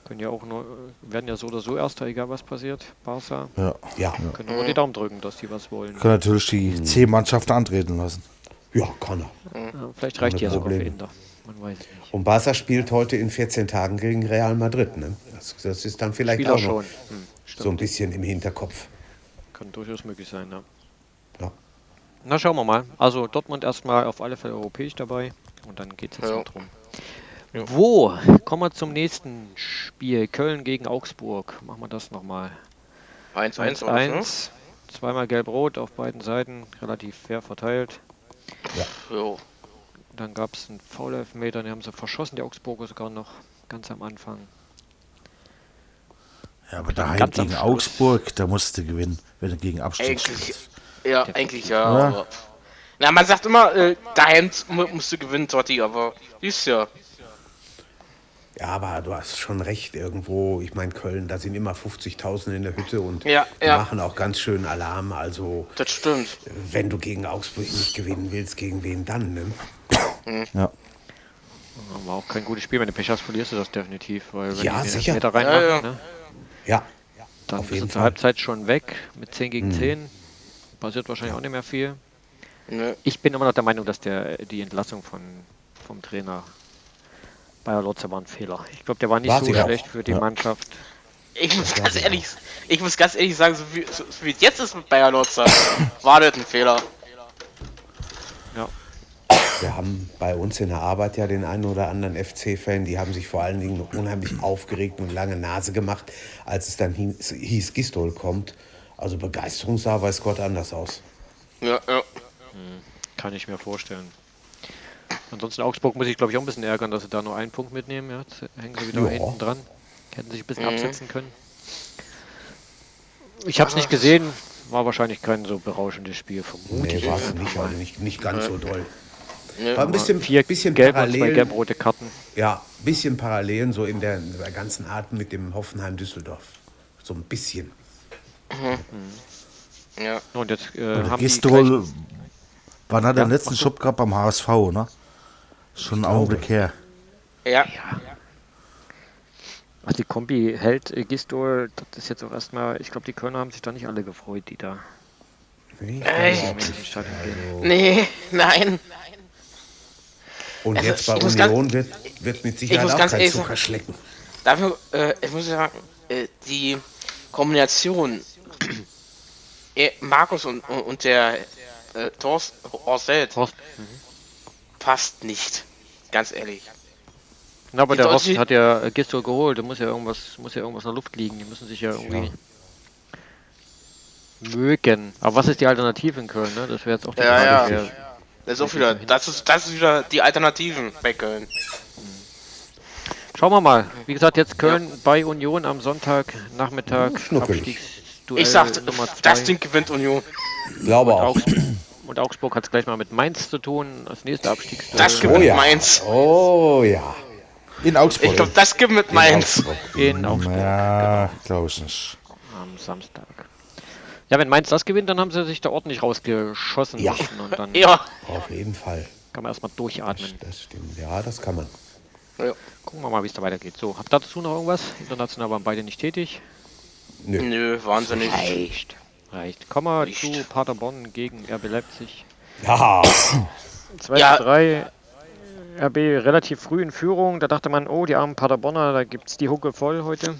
Können ja auch nur, werden ja so oder so Erster, egal was passiert. Barca Ja. Ja, können nur die Daumen drücken, dass die was wollen. Kann natürlich die C-Mannschaft antreten lassen. ja, kann er. Ja, vielleicht reicht die ja sogar für Probleme. Inter. Man weiß es nicht. Und Barca spielt heute in 14 Tagen gegen Real Madrid. Ne? Das, das ist dann vielleicht Spieler auch noch schon. Hm, stimmt. so ein bisschen im Hinterkopf. ne? Kann durchaus möglich sein, ja. Ja. Na, schauen wir mal. Also Dortmund erstmal auf alle Fälle europäisch dabei und dann geht es jetzt Ja. noch drum. Wo? Kommen wir zum nächsten Spiel. Köln gegen Augsburg. Machen wir das nochmal. 1-1 oder so. 1-1. Zweimal gelb-rot auf beiden Seiten. Relativ fair verteilt. Jo. Dann gab es einen Foul-Elfmeter, den haben sie verschossen, die Augsburger sogar noch ganz am Anfang. Ja, aber daheim Ganz am gegen Schluss. Augsburg, da musst du gewinnen, wenn du gegen Abstieg Eigentlich. spielst. Ja, eigentlich ja, Ja. aber. Na, man sagt immer, äh, daheim mu- musst du gewinnen, Totti, aber dies Jahr. Ja, aber du hast schon recht irgendwo. Ich meine, Köln, da sind immer 50.000 in der Hütte und Ja, die ja. machen auch ganz schön Alarm. Also, Das stimmt. wenn du gegen Augsburg nicht gewinnen willst, gegen wen dann? Ne? Ja. War auch kein gutes Spiel. Wenn du Pech hast, verlierst du das definitiv. Weil wenn Ja, die den sicher. Elfmeter reinmachen, Ja, ja. Ne? Ja, Dann Auf bist du jeden zur Fall. Halbzeit schon weg mit 10 gegen 10. Passiert wahrscheinlich auch nicht mehr viel. Ne. Ich bin immer noch der Meinung, dass der, die Entlassung von, vom Trainer Bayer Lotze war ein Fehler. Ich glaube, der war nicht War so sie auch. schlecht für die Mannschaft. Ich muss ganz ehrlich, ich muss ganz ehrlich sagen, so wie, so wie es jetzt ist mit Bayer Lotzer, war das ein Fehler. Ja. wir haben bei uns in der Arbeit ja den einen oder anderen FC-Fan, die haben sich vor allen Dingen unheimlich aufgeregt und lange Nase gemacht, als es dann hieß, hieß Gistol kommt. Also Begeisterung sah, weiß Gott, anders aus. Ja, ja. Kann ich mir vorstellen. Ansonsten Augsburg muss ich glaube ich auch ein bisschen ärgern, dass sie da nur einen Punkt mitnehmen. Ja, Mhm. jetzt hängen sie wieder Ja. hinten dran. Ah. Hätten sich ein bisschen absetzen können. Ich habe es nicht gesehen. War wahrscheinlich kein so berauschendes Spiel, vermute Nee, ich. war es nicht, also nicht, nicht ganz so doll. Nö. War ein bisschen, Vier bisschen gelb und zwei parallel. gelb-rote Karten. Ja, ein bisschen Parallelen so in der, in der ganzen Art mit dem Hoffenheim-Düsseldorf. So ein bisschen. Ja. Und jetzt äh, haben die gleich, Gistol, wann hat er den letzten Schub gehabt beim HSV, ne? Schon einen Augenblick her. ja. ach, die Kombi hält äh, Gistol, das ist jetzt auch erstmal, ich glaube, die Kölner haben sich da nicht alle gefreut, die da Äh, Echt? in den Stadion Oh. gehen. Nee, nein. Und Also, jetzt bei ich muss Union ganz- wird, wird mit ich Sicherheit muss auch ganz kein ehrlich Zucker sagen- schlecken. Dafür, äh, ich muss sagen, äh, die Kombination äh, Markus und, und der äh, Thorst Orsett Horst. passt nicht. Ganz ehrlich. Na, aber Die der Deutschen- Horst hat ja äh, Gistol geholt, da muss ja irgendwas, muss ja irgendwas in der Luft liegen, die müssen sich ja irgendwie mögen. Aber was ist die Alternative in Köln, ne? Das wäre jetzt auch die Ja, Frage. ja. wer- Das ist auch wieder, das ist, das ist wieder die Alternativen bei Köln. Schauen wir mal. Wie gesagt, jetzt Köln bei Union am Sonntag Nachmittag schnuckelig. Abstiegsduell Ich sagte, Nummer das 2 Ding gewinnt Union. Glaube auch. und Augsburg hat es gleich mal mit Mainz zu tun, das nächste Abstiegsduell. Das Oh gewinnt ja. Mainz. Oh ja. In Augsburg. Ich glaube, das gewinnt Mainz. in Augsburg genau. Ja, glaube ich nicht. am Samstag. Ja, wenn Mainz das gewinnt, dann haben sie sich da ordentlich rausgeschossen. Ja. Und dann Ja. Auf jeden Fall. kann man erstmal durchatmen. Das stimmt. Ja, das kann man. ja. Gucken wir mal, wie es da weitergeht. So, habt ihr dazu noch irgendwas? International waren beide nicht tätig. Nö, wahnsinnig. Reicht. Reicht. Kommen wir Nicht. zu Paderborn gegen RB Leipzig. Ja. 2 Ja. zu 3. RB relativ früh in Führung. Da dachte man, oh, die armen Paderborner, da gibt's die Hucke voll heute.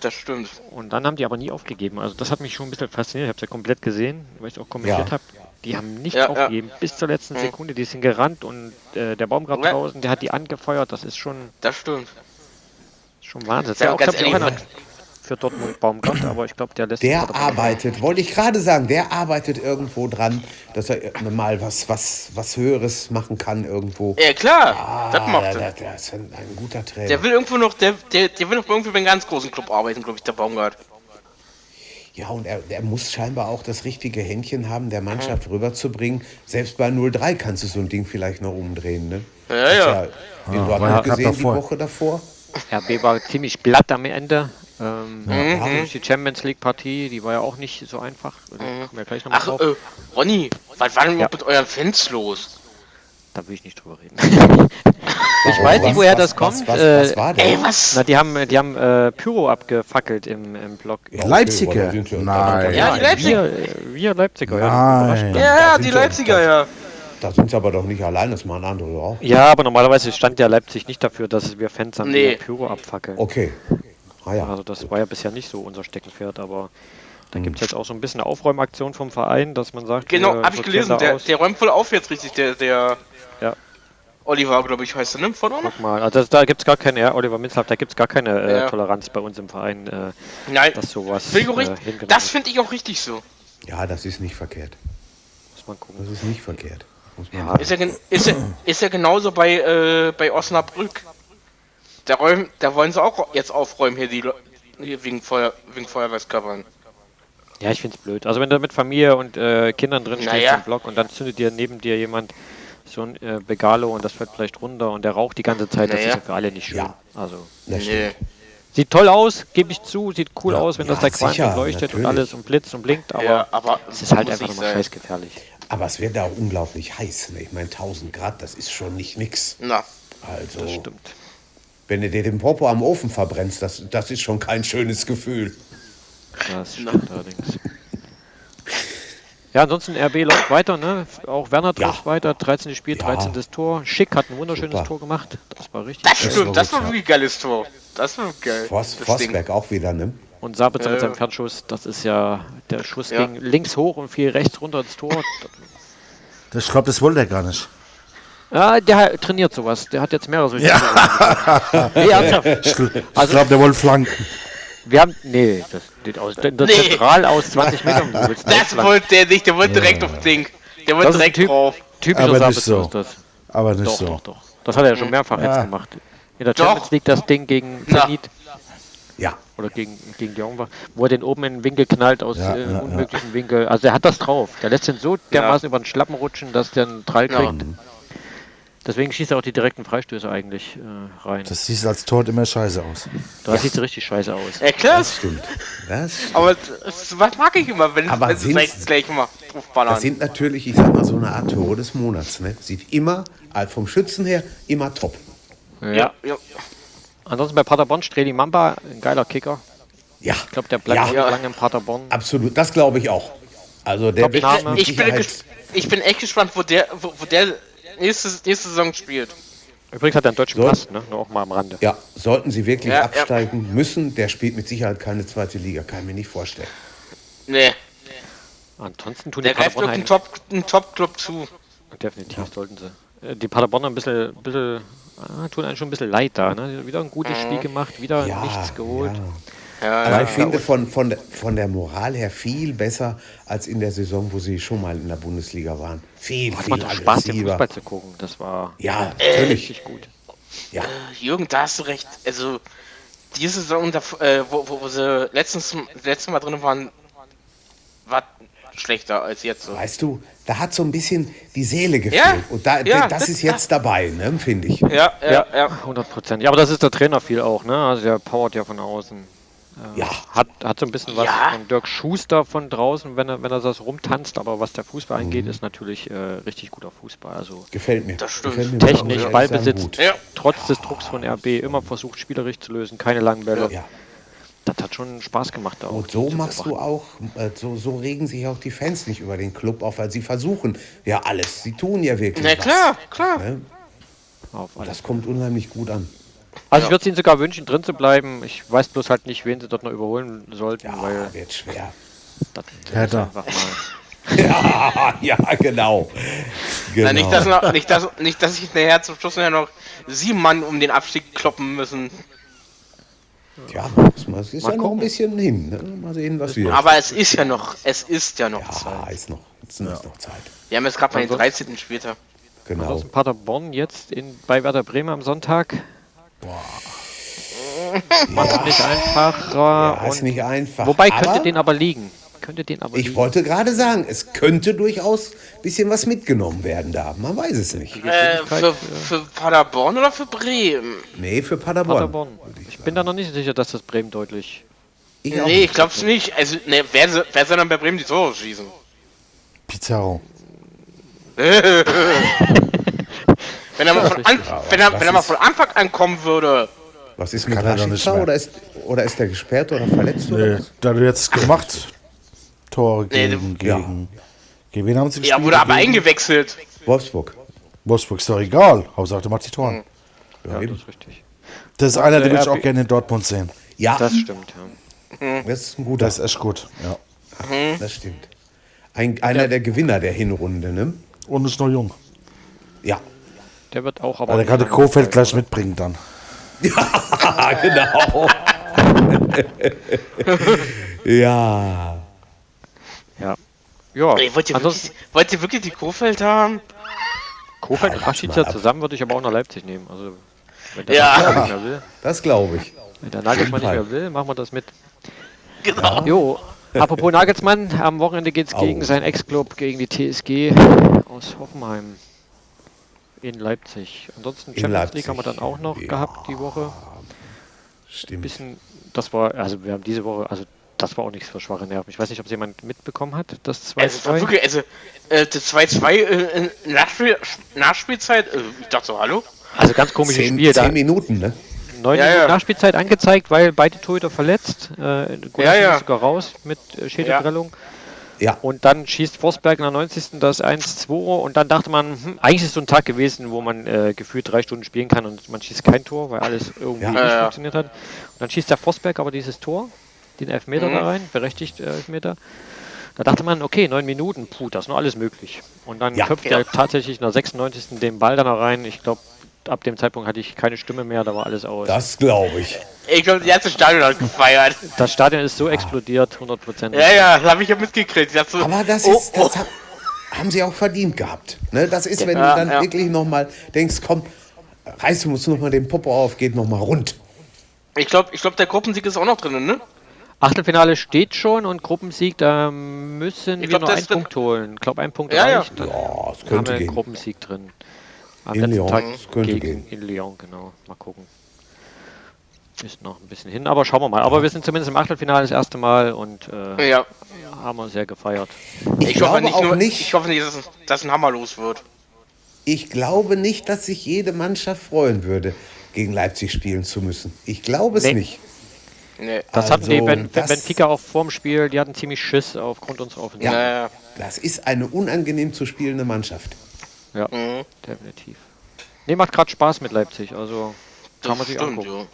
Das stimmt. Und dann haben die aber nie aufgegeben. Also das hat mich schon ein bisschen fasziniert. Ich habe es ja komplett gesehen, weil ich es auch kommentiert Ja. habe. Die haben nicht Ja, ja. aufgegeben bis zur letzten Sekunde. Die sind gerannt und äh, der Baumgart Ja. draußen, der hat die angefeuert. Das ist schon, Das stimmt. schon Wahnsinn. Das Ja, wäre auch, ganz glaub ich, auch ehrlich, einer für Dortmund Baumgart, aber ich glaube, der lässt Der Paderborn- arbeitet, wollte ich gerade sagen, der arbeitet irgendwo dran, dass er mal was, was, was Höheres machen kann irgendwo. Ja, klar. das Ah, macht er. der, der ist ein, ein guter Trainer. Der will irgendwo noch, der, der, der will noch irgendwie bei einem ganz großen Club arbeiten, glaube ich, der Baumgart. Ja, und er, er muss scheinbar auch das richtige Händchen haben, der Mannschaft rüberzubringen. Selbst bei 0-3 kannst du so ein Ding vielleicht noch umdrehen, ne? Ja, Hast ja. in Ja, Ah, war ja Dortmund knapp gesehen davor. die Woche davor. RB war ziemlich glatt am Ende. Ähm, Mhm. natürlich Die Champions League Partie, die war ja auch nicht so einfach. Da kommen wir gleich nochmal Mhm. Ach, drauf. äh, Ronny, was war denn Ja. mit euren Fans los? Da will ich nicht drüber reden. ich weiß nicht, Was- woher Oh, was- das kommt. Was, was, äh, was war Ey, denn? was? Na, die haben, die haben äh, Pyro abgefackelt im, im Block. okay, Leipziger? aber sind ja- Nein. Ja, die Leipziger. Wir, äh, wir Leipziger, ja. Nein. Ja, ja, sind die sie- Leipziger, ja. Da sind sie aber doch nicht allein, das machen andere auch. Ja, aber normalerweise stand ja Leipzig nicht dafür, dass wir Fans haben, Nee. die Pyro abfackeln. Okay. Ah ja. Also das war ja bisher nicht so unser Steckenpferd, aber da gibt es jetzt auch so ein bisschen eine Aufräumaktion vom Verein, dass man sagt, Genau, wir hab ich sortieren gelesen. da Der, aus. der räumt voll auf jetzt richtig, der, der Ja. Oliver, glaube ich, heißt er, ne? Von Guck mal, also das, da gibt es gar keine, ja, Oliver Minzlaff, da gibt es gar keine äh, Ja. Toleranz bei uns im Verein, äh, Nein. dass sowas äh, Figo richtig- hingenommen das wird. finde ich auch richtig so. Ja, das ist nicht verkehrt. Muss man gucken. Das ist nicht verkehrt. Muss man Ja. sagen. Ist ja, gen- ist ja, ist ja genauso bei, äh, bei Osnabrück. Da, räumen, da wollen sie auch jetzt aufräumen hier, die Le hier wegen, Feuer, wegen Feuerwehrskörpern. Ja, ich find's blöd. Also wenn du mit Familie und äh, Kindern drin stehst Naja. im Block und dann zündet dir neben dir jemand so ein äh, Begalo und das fällt vielleicht runter und der raucht die ganze Zeit, das ist Naja. ja für alle nicht schön. Ja. Also Das Nee. sieht toll aus, gebe ich zu, sieht cool Ja. aus, wenn das Ja, da qualmt sicher, und leuchtet und natürlich. alles und blitzt und blinkt, aber ja, aber es ist halt muss einfach nicht nochmal sein. scheißgefährlich. Aber es wird da auch unglaublich heiß. Ne? Ich meine, 1000 Grad, das ist schon nicht nix. Na, Also, Das stimmt. wenn du dir den Popo am Ofen verbrennst, das, das ist schon kein schönes Gefühl. Das stimmt allerdings. Ja, ansonsten RB läuft weiter, ne? Auch Werner trifft weiter, 13. Spiel, Ja. 13. Tor. Schick hat ein wunderschönes Super. Tor gemacht. Das war richtig. das stimmt, das gut, war wirklich ein geiles Tor. Das war geil. das Vors, Ding. Forsberg auch wieder, ne? Und Sabitzer mit Ja, seinem ja. Fernschuss, das ist ja, der Schuss Äh. Ja. ging links hoch und fiel rechts runter ins Tor. Ich glaube, das wollte er gar nicht. ah, der trainiert sowas, der hat jetzt mehrere solche. Ja. nee, ernsthaft. Ich glaube, der wollte flanken. Wir haben, nee, das steht aus, das Nee. zentral aus 20 Metern. Du willst Das ausflanken. wollte der nicht, der wollte direkt auf das Ding. Der wollte Das ist ein direkt Typ. drauf. Typischer Aber nicht Sabitzer so. ist das. Aber nicht Doch, so. doch, doch. Das hat er ja schon mehrfach jetzt gemacht. In der Doch. Champions League das Ding gegen Na. Zenit. Ja, Oder gegen, gegen Jong war, wo er den oben in den Winkel knallt aus Ja, äh, ja, ja. unmöglichen Winkel. Also er hat das drauf. Der lässt ihn so dermaßen über den Schlappen rutschen, dass der einen Trall Ja. kriegt. Deswegen schießt er auch die direkten Freistöße eigentlich äh, rein. Das sieht als Tor immer scheiße aus. da sieht es richtig scheiße aus. Ja, klar. Stimmt. Das, Aber das, was mag ich immer, wenn Aber wenn sie sind's- gleich- gleich mal Ah. das draufballern. sind natürlich, ich sag mal, so eine Art Tore des Monats. Ne? Sieht immer, also vom Schützen her, immer top. Ja. Äh, ja. Ansonsten bei Paderborn Streli Mamba, ein geiler Kicker. Ja, Ich glaube, der bleibt ja, auch lange in Paderborn. absolut. Das glaube ich auch. Also der wird Name. mit Ich bin, Sicherheit- gesp- ich bin echt gespannt, wo der, wo, wo der nächste, nächste Saison spielt. Übrigens hat er einen deutschen So. Pass, ne? Nur auch mal am Rande. Ja, sollten sie wirklich Ja, ja. absteigen müssen, der spielt mit Sicherheit keine zweite Liga, kann ich mir nicht vorstellen. Nee, Ansonsten tun die der greift Paderborner wirklich einen Top- einen Top-Club zu. eigentlich- definitiv sollten sie. Äh, Die Paderborner ein bisschen, bisschen ah, tun einem schon ein bisschen leid da. Ne? Wieder ein gutes Mhm. Spiel gemacht, wieder Ja, nichts geholt. ja. Ja, Aber ja. ich finde von, von, der- von der Moral her viel besser als in der Saison, wo sie schon mal in der Bundesliga waren. Viel, Hat viel man doch Spaß, den aggressiver. Fußball zu gucken. Das war Ja, natürlich. richtig gut. Ja. Jürgen, da hast du recht. Also, diese Saison, da, äh, wo, wo, wo sie letztens, letztes Mal drin waren, war schlechter als jetzt. So. Weißt du, da hat so ein bisschen die Seele gefehlt. Ja, Und da, ja, das das- ist jetzt dabei, ne, finde ich. Ja, ja, ja. 100 Prozent. Ja, aber das ist der Trainer viel auch, ne? Also der powert ja von außen. Ja, Hat, hat so ein bisschen was Ja. von Dirk Schuster von draußen, wenn er, wenn er das rumtanzt, aber was der Fußball Mhm. angeht, ist natürlich äh, richtig guter Fußball. Also gefällt mir. Das stimmt. Gefällt mir, muss ich Technisch, ehrlich Ballbesitz, sagen, gut. Ja. trotz des Drucks von RB, immer versucht, spielerisch zu lösen, keine langen Bälle. Ja. Das hat schon Spaß gemacht. da Auch Und so zu machst du beobachten. auch, äh, so, so regen sich auch die Fans nicht über den Club auf, weil sie versuchen ja alles. Sie tun ja wirklich. Na was. klar, klar. Ne? Auf alles. Das kommt unheimlich gut an. Also ich würde es ihnen sogar wünschen, drin zu bleiben. Ich weiß bloß halt nicht, wen sie dort noch überholen sollten, Ja, weil wird schwer. das ist Hertha. einfach mal... Ja, ja, genau. genau. Na, nicht, dass, noch- nicht, dass, nicht, dass ich nachher zum Schluss nachher noch sieben Mann um den Abstieg kloppen müssen. ja, muss man- es ist Mal ja noch ein gucken. bisschen hin. Ne? Mal sehen, was wir. Aber es ist ja noch, es ist ja noch ja, Zeit. ist noch, ist, ist noch Zeit. Wir haben jetzt gerade mal den Ansonsten- 13. Spieltag. Genau. Ansonsten Paderborn jetzt in, bei Werder Bremen am Sonntag. Macht es nicht einfacher. Ja, ist und- nicht einfach. wobei könnte aber den aber liegen. Könnte den aber ich liegen. wollte gerade sagen, es könnte durchaus ein bisschen was mitgenommen werden da. Man weiß es nicht. Äh, für, für Paderborn oder für Bremen? Nee, für Paderborn. Paderborn. Ich bin da noch nicht sicher, dass das Bremen deutlich. Ich auch Nee, nicht. ich glaub's nicht. Also, ne, wer, so- wer soll dann bei Bremen die Tore schießen? Pizarro. Wenn er mal von, an, wenn er, wenn er mal von Anfang an kommen würde. Was ist mit Kann er doch nicht Rashica mehr. oder ist, oder ist der gesperrt oder verletzt? Äh, Oder? was? da du jetzt gemacht Tore Nee, gegen, du- ja. gegen, gegen wen haben sie Ja, gespielt? wurde aber Gegen eingewechselt. Wolfsburg. Wolfsburg ist doch egal. Hauptsache, der macht die Tore. Ja, das ist richtig. Das ist einer, den würde ich RB auch gerne in Dortmund sehen. Ja, Das das, stimmt. Ja. ist ein guter. Das ist echt gut. Ja. Mhm. Das stimmt. Ein, einer der Gewinner der Hinrunde, ne? Und ist noch jung. Ja. Der wird auch aber. Weil der gerade Kofeld gleich mitbringen dann. Ah, genau. ja. Ja. Ja, Ey, wollt, ihr ansonsten wirklich, wollt ihr wirklich die Kofeld haben? Kofeld und Rashica zusammen würde ich aber auch nach Leipzig nehmen. Also, wenn der Ja. Nagelsmann nicht mehr will, Das glaube ich. wenn der Nagelsmann nicht Fall. mehr will, machen wir das mit. Genau. Jo, apropos Nagelsmann, am Wochenende geht's Au. gegen seinen Ex-Club, gegen die TSG aus Hoffenheim in Leipzig. Ansonsten Champions Leipzig. League haben wir dann auch noch Ja. gehabt die Woche. Stimmt. Bisschen, das war, also wir haben diese Woche, also das war auch nichts für schwache Nerven. Ich weiß nicht, ob es jemand mitbekommen hat, das Also, es war 2-2. wirklich, also, äh, das 2-2 äh, in Nachspiel, Nachspielzeit. Äh, ich dachte so, hallo? Also ganz komisches Zehn, Spiel. Da zehn Minuten, ne? neun Ja, Minuten ja. Nachspielzeit angezeigt, weil beide Torhüter verletzt. Äh, Gulasch ja. ist sogar raus mit äh, Schädelprellung. Ja. Und dann schießt Forsberg in der 90. das 1-2 und dann dachte man, hm, eigentlich ist so ein Tag gewesen, wo man äh, gefühlt drei Stunden spielen kann und man schießt kein Tor, weil alles irgendwie Ja. nicht Ja, ja. funktioniert hat. Und dann schießt der Forsberg aber dieses Tor, den Mhm. Elfmeter da rein, berechtigt äh, Elfmeter. Da dachte man, okay, neun Minuten, puh, das ist noch alles möglich. Und dann Ja. köpft er tatsächlich in der 96. den Ball dann noch rein. Ich glaube, ab dem Zeitpunkt hatte ich keine Stimme mehr, da war alles aus. Das glaube ich. Ich glaube, die ganze Stadion hat gefeiert. Das Stadion ist so explodiert, 100 Prozent. Ja, ja, das habe ich ja mitgekriegt. Ich dachte so, Aber das oh, ist, das ha- haben sie auch verdient gehabt. Ne? Das ist, wenn Ja, du dann ja. wirklich nochmal denkst, komm, reiß du uns nochmal den Popo auf, geht nochmal rund. Ich glaube, ich glaub, der Gruppensieg ist auch noch drin, ne? Achtelfinale steht schon und Gruppensieg, da müssen Ich wir glaub, nur das einen ist drin. Punkt holen. Ich glaube, ein Punkt Ja, ja. reicht. Dann Ja, es haben wir könnte einen gehen. Gruppensieg drin. Am In letzten Lyon, Tag es könnte gegen gehen. in Lyon, genau. Mal gucken. Ist noch ein bisschen hin, aber schauen wir mal. Aber wir sind zumindest im Achtelfinale das erste Mal und äh, Ja. haben wir sehr gefeiert. Ich, glaube hoffe nicht, auch nur, nicht. Ich hoffe nicht, dass, es- dass ein Hammer los wird. Ich glaube nicht, dass sich jede Mannschaft freuen würde, gegen Leipzig spielen zu müssen. Ich glaube es Nee. nicht. Nee. Das hatten die Also, ben, das- Benfica auch vorm Spiel, die hatten ziemlich Schiss aufgrund unserer Offensive. Naja. Das ist eine unangenehm zu spielende Mannschaft. Ja, Mhm. definitiv. Nee, macht gerade Spaß mit Leipzig, also kann man sich angucken.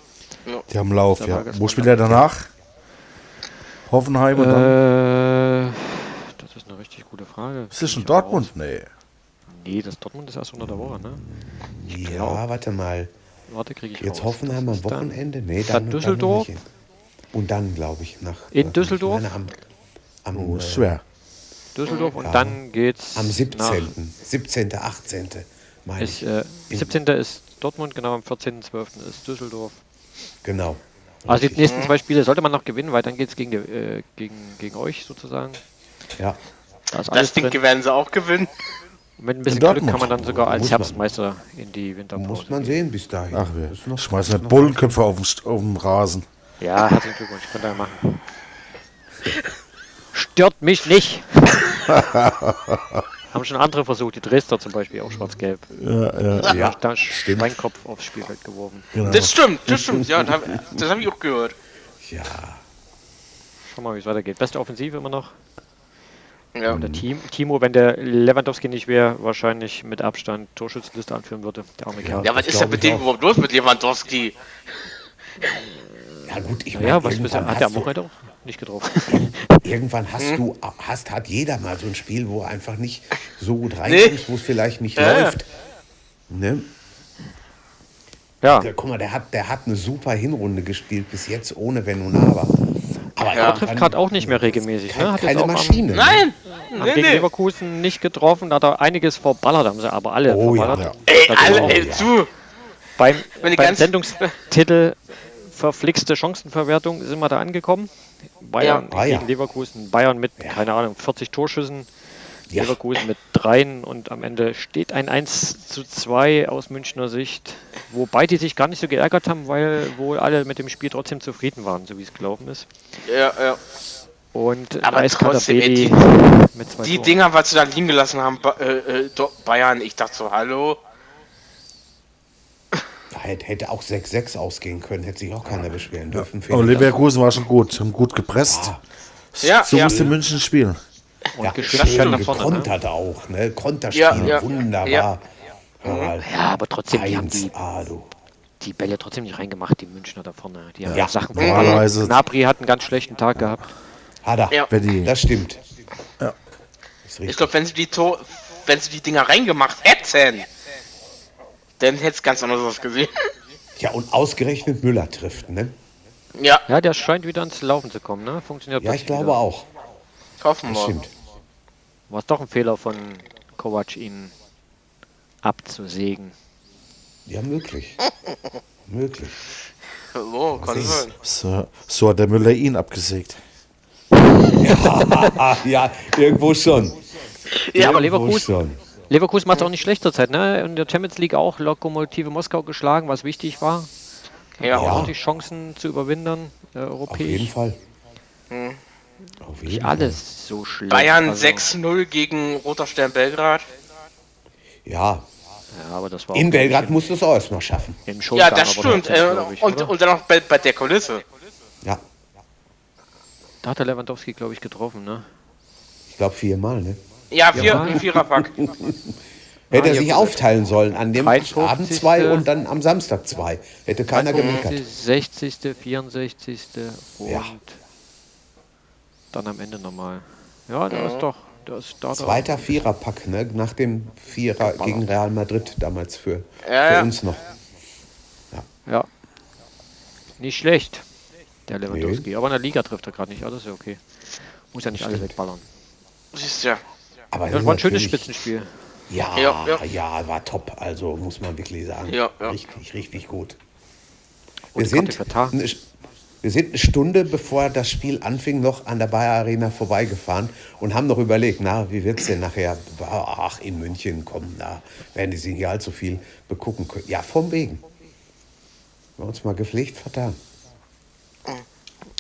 ja. Die haben Lauf, Da war ja. gestern Wo spielt er danach? Hoffenheim und dann. Äh, das ist eine richtig gute Frage. Ist das schon Ich aber Dortmund? Nee. Auch, nee, das Dortmund ist erst unter der Woche, ne? Genau. Ja, warte mal. Warte, kriege ich Jetzt raus. Hoffenheim Das am ist dann- Wochenende? Nee, dann noch Düsseldorf? nicht. Und dann, glaube ich, nach. In Düsseldorf? Nein, am, am, Oh, äh, ist schwer. Düsseldorf und dann geht's am 17. Nach, 17. 18. meine ist, ich. äh, 17. ist Dortmund, genau, am 14.12. ist Düsseldorf. Genau. Also die nächsten zwei Spiele sollte man noch gewinnen, weil dann geht's gegen, die, äh, gegen, gegen euch sozusagen. Ja. Da ist alles Das Ding drin. werden sie auch gewinnen. Mit ein bisschen In Glück Dortmund. kann man dann sogar als Muss man. Herbstmeister in die Winterpause. Muss man gehen. sehen bis dahin. Ach, wir Ist noch- schmeißen nicht Bullenköpfe auf den, St- auf den Rasen. Ja, herzlichen Glückwunsch, könnt ihr machen. Stört mich nicht. Haben schon andere versucht, die Dresdner zum Beispiel, auch schwarz-gelb. Ja, ja. Ja, da stimmt. Mein Kopf aufs Spielfeld geworfen. Genau. Das stimmt, das stimmt. Ja, da- das habe ich auch gehört. Ja. Schauen wir mal, wie es weitergeht. Beste Offensive immer noch. Ja. Der Team, Timo, wenn der Lewandowski nicht wäre, wahrscheinlich mit Abstand Torschützenliste anführen würde. Der arme Kerl. Ja, was ist Das denn glaub mit ich dem auch. überhaupt los mit Lewandowski? Ja gut, ich meine, Naja, was bisher irgendwann, hat er hast am du, Wochenende Hm? auch nicht getroffen. irgendwann hast du, hast, hat jeder mal so ein Spiel, wo er einfach nicht so gut reinkommt, wo es vielleicht nicht Ja, ja. läuft. Ne? Ja, Ja, guck mal, der hat, der hat eine super Hinrunde gespielt bis jetzt, ohne Wenn und Aber. Aber Ja. irgendwann- halt trifft gerade auch nicht mehr regelmäßig. Ne? keine, Hat jetzt keine auch am, Maschine. Nein! haben Nee, gegen nee. Leverkusen nicht getroffen, da hat er einiges verballert, haben sie aber alle Oh ja, verballert. ja. Ey, Das alle, war auch- ey, zu! beim Wenn die beim ganz- Sendungstitel verflixte Chancenverwertung sind wir da angekommen. Bayern Ja. Ah, ja. gegen Leverkusen, Bayern mit, keine Ahnung, 40 Torschüssen, Ja. Leverkusen mit dreien und am Ende steht ein 1 zu 2 aus Münchner Sicht, wobei die sich gar nicht so geärgert haben, weil wohl alle mit dem Spiel trotzdem zufrieden waren, so wie es gelaufen ist. Ja, ja. Und Aber Reis trotzdem, ey, Kadabeli mit zwei Die Also. Toren. Dinger, was sie da liegen gelassen haben, Ba- äh, äh, Dor- Bayern, ich dachte so, hallo. Da hätte, hätte auch 6-6 ausgehen können, hätte sich auch keiner beschweren dürfen. Aber Fehler. Leverkusen war schon gut. Haben gut gepresst. Ja, So ja. musste München spielen. und ja, Geschwindigkeit schön nach vorne. Ne? gekontert auch, ne? Konterspiel, Ja, ja. wunderbar. Ja. Mhm. Hör mal, Ja, aber trotzdem, die haben die 1A, du. die Bälle trotzdem nicht reingemacht, die Münchner da vorne. Die haben Ja, ja, Sachen normalerweise- verloren. Gnabry hat einen ganz schlechten Tag gehabt. Hat er. Ja. Wenn die- Das stimmt. Ich glaube, wenn sie die Tor wenn sie die Dinger reingemacht hätten, dann hätte es ganz anders ausgesehen. Ja, und ausgerechnet Müller trifft, ne? Ja, Ja, der scheint wieder ans Laufen zu kommen, ne? Funktioniert Ja, ich plötzlich glaube wieder. auch. hoffen Das wir. stimmt. War es doch ein Fehler von Kovac, ihn abzusägen. Ja, möglich. möglich. So, kann sein. So, so hat der Müller ihn abgesägt. Ah, ja, irgendwo schon. Ja, aber Irgendwo Leverkusen- schon. Leverkusen macht es auch nicht schlecht zur Zeit, ne? In der Champions League auch Lokomotive Moskau geschlagen, was wichtig war. Ja, Ja. Auch die Chancen zu überwindern, äh, Auf jeden europäisch. Fall. Mhm. Auf jeden Nicht alles so schlecht. Bayern also- 6-0 gegen Roter Stern Belgrad. Fall. Ja, Ja, aber das war in auch ein Belgrad musst du es auch erstmal schaffen. bisschen im Schulgang, Ja, das aber stimmt. trotzdem, Äh, glaub ich, und, oder? und dann auch bei, bei der Kulisse. Ja, da hat der Lewandowski, glaube ich, getroffen, ne? ich glaube viermal, ne? Ja, vier, ein Viererpack. Hätte Ah, er ja, sich gut. aufteilen sollen, an dem 53. Abend zwei und dann am Samstag zwei. Hätte keiner gemeckert. 60., 64. und Ja. dann am Ende nochmal. Ja, da ist doch. Da ist da Zweiter Viererpack, ne? Nach dem Vierer gegen Real Madrid damals für, Genau. Ja, für ja. uns noch. Ja. Nicht schlecht, der Lewandowski. Aber in der Liga trifft er gerade nicht. Alles ist ja okay. Muss ja nicht alle wegballern. Siehst ja. Aber Das war ein schönes natürlich- Spitzenspiel. Ja, Ja, ja, ja. war top. Also muss man wirklich sagen. Ja, ja. Richtig, richtig gut. Wir die kommt sind, die Katar. eine, wir sind eine Stunde bevor das Spiel anfing, noch an der Bayer Arena vorbeigefahren und haben noch überlegt, na, wie wird's denn nachher? Ach, in München, komm, da werden die sich nicht allzu viel begucken können. Ja, vom Wegen. Wir haben uns mal gepflegt vertan.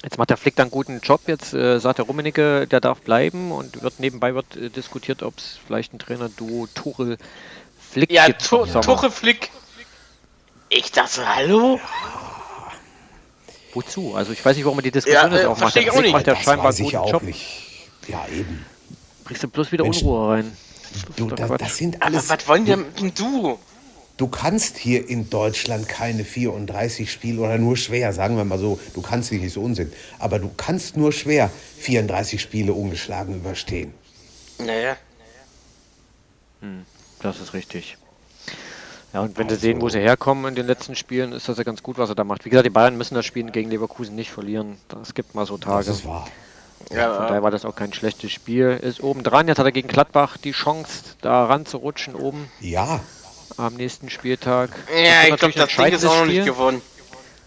Jetzt macht der Flick dann einen guten Job. Jetzt äh, sagt der Rummenigge, der darf bleiben und wird nebenbei wird äh, diskutiert, ob es vielleicht ein Trainerduo Tuchel Flick Ja, gibt. tu, im Sommer. Tuche Flick. Ich dachte, hallo? Wozu? Also ich weiß nicht, warum man die Diskussion Ja, jetzt äh, aufmacht. verstehe ich Der auch Flick nicht. macht ja Das scheinbar weiß einen ich guten auch Job. nicht. Ja, eben. Bringst du bloß wieder Mensch. Unruhe rein. Das Du, ist doch da, Quatsch. das sind Aber alles. was wollen die mit dem Duo? Du kannst hier in Deutschland keine 34 Spiele oder nur schwer, sagen wir mal so, du kannst dich nicht so unsinn, aber du kannst nur schwer 34 Spiele ungeschlagen überstehen. Naja. Das ist richtig. Ja, und wenn sie sehen, wo sie herkommen in den letzten Spielen, ist das ja ganz gut, was er da macht. Wie gesagt, die Bayern müssen das Spiel gegen Leverkusen nicht verlieren. Es gibt mal so Das Tage. ist wahr. Von Ja, daher war das auch kein schlechtes Spiel. Ist oben dran. Jetzt hat er gegen Gladbach die Chance, da ranzurutschen oben Ja, am nächsten Spieltag. ja ich wird natürlich ein glaube, das Ding ist auch noch nicht entscheidendes Spiel. gewonnen.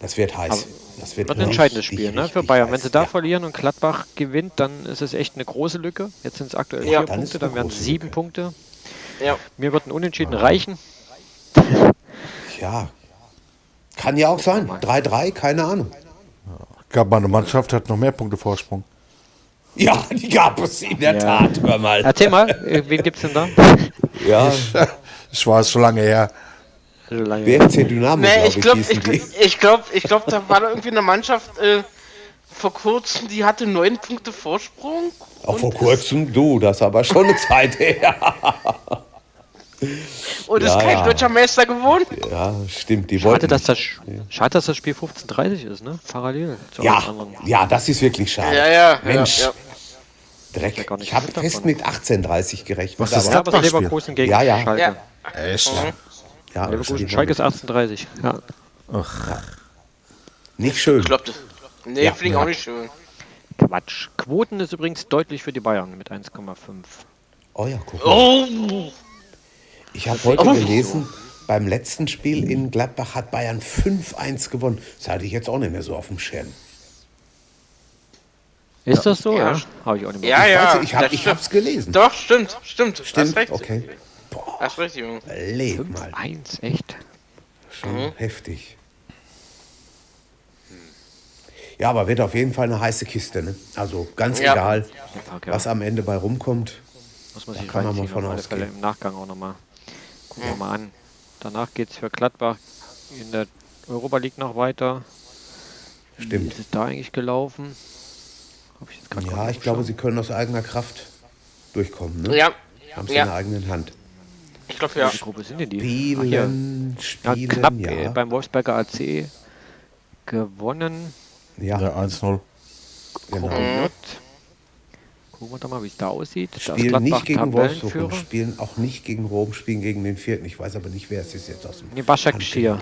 das wird heiß. Das wird, Wird ein richtig, entscheidendes Spiel ne, für richtig Bayern. Wenn heiß. sie da Ja. verlieren und Gladbach gewinnt, dann ist es echt eine große Lücke. Jetzt sind es aktuell Ja, vier dann ist Punkte, es eine dann wären es große sieben Lücke. Ah. Punkte. Ja. Mir wird ein Unentschieden reichen. Ja. Kann ja auch sein. 3-3, keine Ahnung. Gab mal eine Mannschaft, hat noch mehr Punkte Vorsprung. Ja, die gab es in der Ja. Tat. Hör mal. Erzähl mal, äh, wen gibt's denn da? Ja, Ich war es schon lange her. Also lange. BFC Dynamo, Nee, ich glaube glaube, ich, ich, hießen die. gl- ich glaube, ich glaube, da war da irgendwie eine Mannschaft äh, vor kurzem, die hatte neun Punkte Vorsprung. Auch vor kurzem, du, das ist aber schon eine Zeit her. Und Ja, ist kein ja. deutscher Meister geworden. Ja, stimmt, die Schade wollten dass, das, schade, dass das Spiel 15.30 ist, ne? Parallel zu allen Ja, anderen. ja, das ist wirklich schade. Ja, ja. Mensch, Ja, Dreck. gar nicht Ich habe mit davon. fest mit 18.30 gerechnet. Was ist Ja, aber- aber Gladbach-Spiel. Leverkusen gegen Ja, ja. Schalke. ja. Echt? Ja, Leverkusen, stimmt. Schalke ist 18.30. Ja. Nicht schön. Ich glaube, das. Nee, Ja, finde ich ja. auch nicht schön. Quatsch. Quoten ist übrigens deutlich für die Bayern mit 1,5. Oh ja, guck mal. Oh! Ich habe heute Oh. gelesen, beim letzten Spiel in Gladbach hat Bayern 5-1 gewonnen. Das hatte ich jetzt auch nicht mehr so auf dem Schirm. Ist das so? Ja. Ja. Habe ich auch nicht mehr. Ja, Ich Ah ja. weiß nicht, ich habe das ich stimmt. hab's gelesen. Doch, stimmt, stimmt. Hast Stimmt, recht. okay. Boah, Hast recht, Junge. leg mal. 1, echt? Mhm. Schon heftig. Ja, aber wird auf jeden Fall eine heiße Kiste, ne? Also ganz Ja. egal, Fuck, ja. was am Ende bei rumkommt. Muss man da sich kann man mal reinziehen, von auf alle ausgehen. Fälle im Nachgang auch nochmal. Gucken wir mal an. Danach geht es für Gladbach in der Europa League noch weiter. Wie Stimmt. ist es da eigentlich gelaufen? Hab ich jetzt grad gar Ja, nicht ich glaube, aufgeschaut. sie können aus eigener Kraft durchkommen, ne? Ja. Haben sie in der Ja, eigenen Hand. ich glaube ja. Welche Gruppe sind denn die? Ach, hier. Spielen, Ja, spielen, knapp ja. äh, beim Wolfsberger AC gewonnen. ja, Ja, 1-0. genau. Gruppe J. Gucken wir doch mal, wie es da aussieht. Da ist Spielen nicht gegen Wolfsburg und Tabellenführer. spielen auch nicht gegen Rom, spielen gegen den vierten. Ich weiß aber nicht, wer es ist jetzt aus dem. Nee, Başakşehir.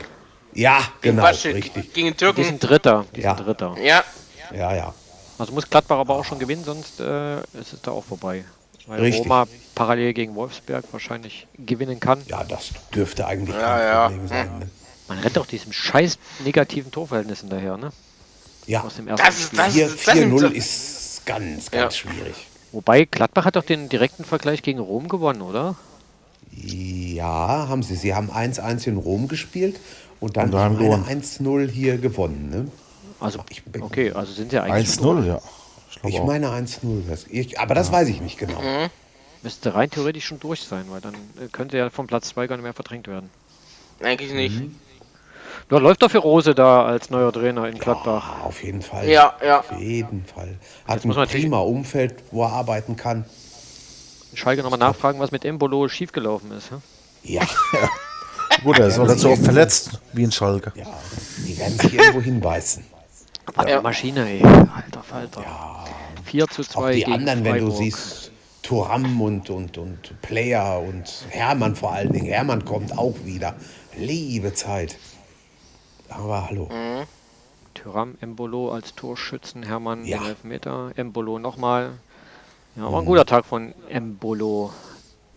Ja, Gegen genau, Baschik, richtig. Gegen den Die Türken. sind Dritter. Die Ja. sind Dritter. Ja. Ja, ja. Also muss Gladbach aber auch schon gewinnen, sonst äh, ist es da auch vorbei. Weil Richtig. Roma parallel gegen Wolfsberg wahrscheinlich gewinnen kann. Ja, das dürfte eigentlich Ja, kein ja. Problem sein. Ne? Man rennt auch diesem scheiß negativen Torverhältnis hinterher, ne? Ja, Aus dem ersten Das ist Spiel. das. 4 ist- das 4-0 sind- ist ganz, ganz schwierig. Wobei Gladbach hat doch den direkten Vergleich gegen Rom gewonnen, oder? Ja, haben sie. Sie haben 1-1 in Rom gespielt und dann Und daheim gewonnen. 1-0 hier gewonnen. Ne? Also, Ich bin- okay, also sind sie eigentlich schon 1-0, ja. Ich glaube Ich auch. meine 1-0. das- ich- Aber das weiß ich nicht genau. Mhm. Müsste rein theoretisch schon durch sein, weil dann äh, könnte ja vom Platz 2 gar nicht mehr verdrängt werden. Eigentlich nicht. Mhm. Da läuft doch für Rose da als neuer Trainer in Gladbach. Ah, auf jeden Fall. Ja, ja. Auf jeden Fall. Hat Jetzt muss ein man natürlich- prima Umfeld, wo er arbeiten kann. Schalke nochmal nachfragen, was mit Embolo schiefgelaufen ist. hm? hä? Ja, Gut, er ist auch dazu oft verletzt, wie ein Schalke. ja. Die werden sich irgendwo hinbeißen. Was Ja. eine Maschine, ey. Alter Falter. 4 zu Auch 2 die gegen anderen, wenn Freiburg. du siehst, Turam und, und, und Player und Hermann vor allen Dingen. Hermann kommt auch wieder. Liebe Zeit. Aber hallo. Mhm. Tyram, Embolo als Torschützen, Hermann Ja. Mhm. den Elfmeter, Embolo nochmal. Ja, war ein guter Tag von Embolo.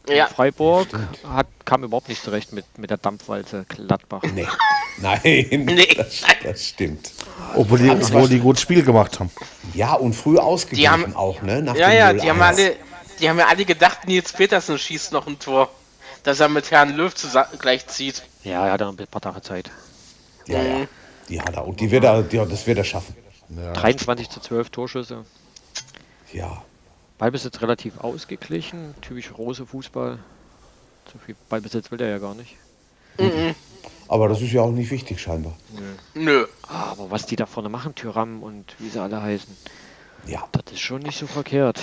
Ja. Mhm. Freiburg hat, kam überhaupt nicht zurecht mit, mit der Dampfwalze Gladbach. Nee. Nein, Nee. das, das stimmt. Obwohl die, sie obwohl was- die gut Spiel gemacht haben. Ja, und früh Die ausgeglichen haben- auch, ne? Nach Ja, dem ja, die haben 0-1. alle, die haben ja alle gedacht, Nils Petersen schießt noch ein Tor, dass er mit Herrn Löw zusammen gleich zieht. Ja, er hat noch ein paar Tage Zeit. Ja, Mhm. ja. Die hat er. Und die wird er, die, das wird er schaffen. 23 zu 12 Torschüsse. Ja. Ballbesitz relativ ausgeglichen. Typisch Rose Fußball. So viel Ballbesitz will der ja gar nicht. Aber das ist ja auch nicht wichtig, scheinbar. Nö. Aber was die da vorne machen, Tyram und wie sie alle heißen, Ja. das ist schon nicht so verkehrt.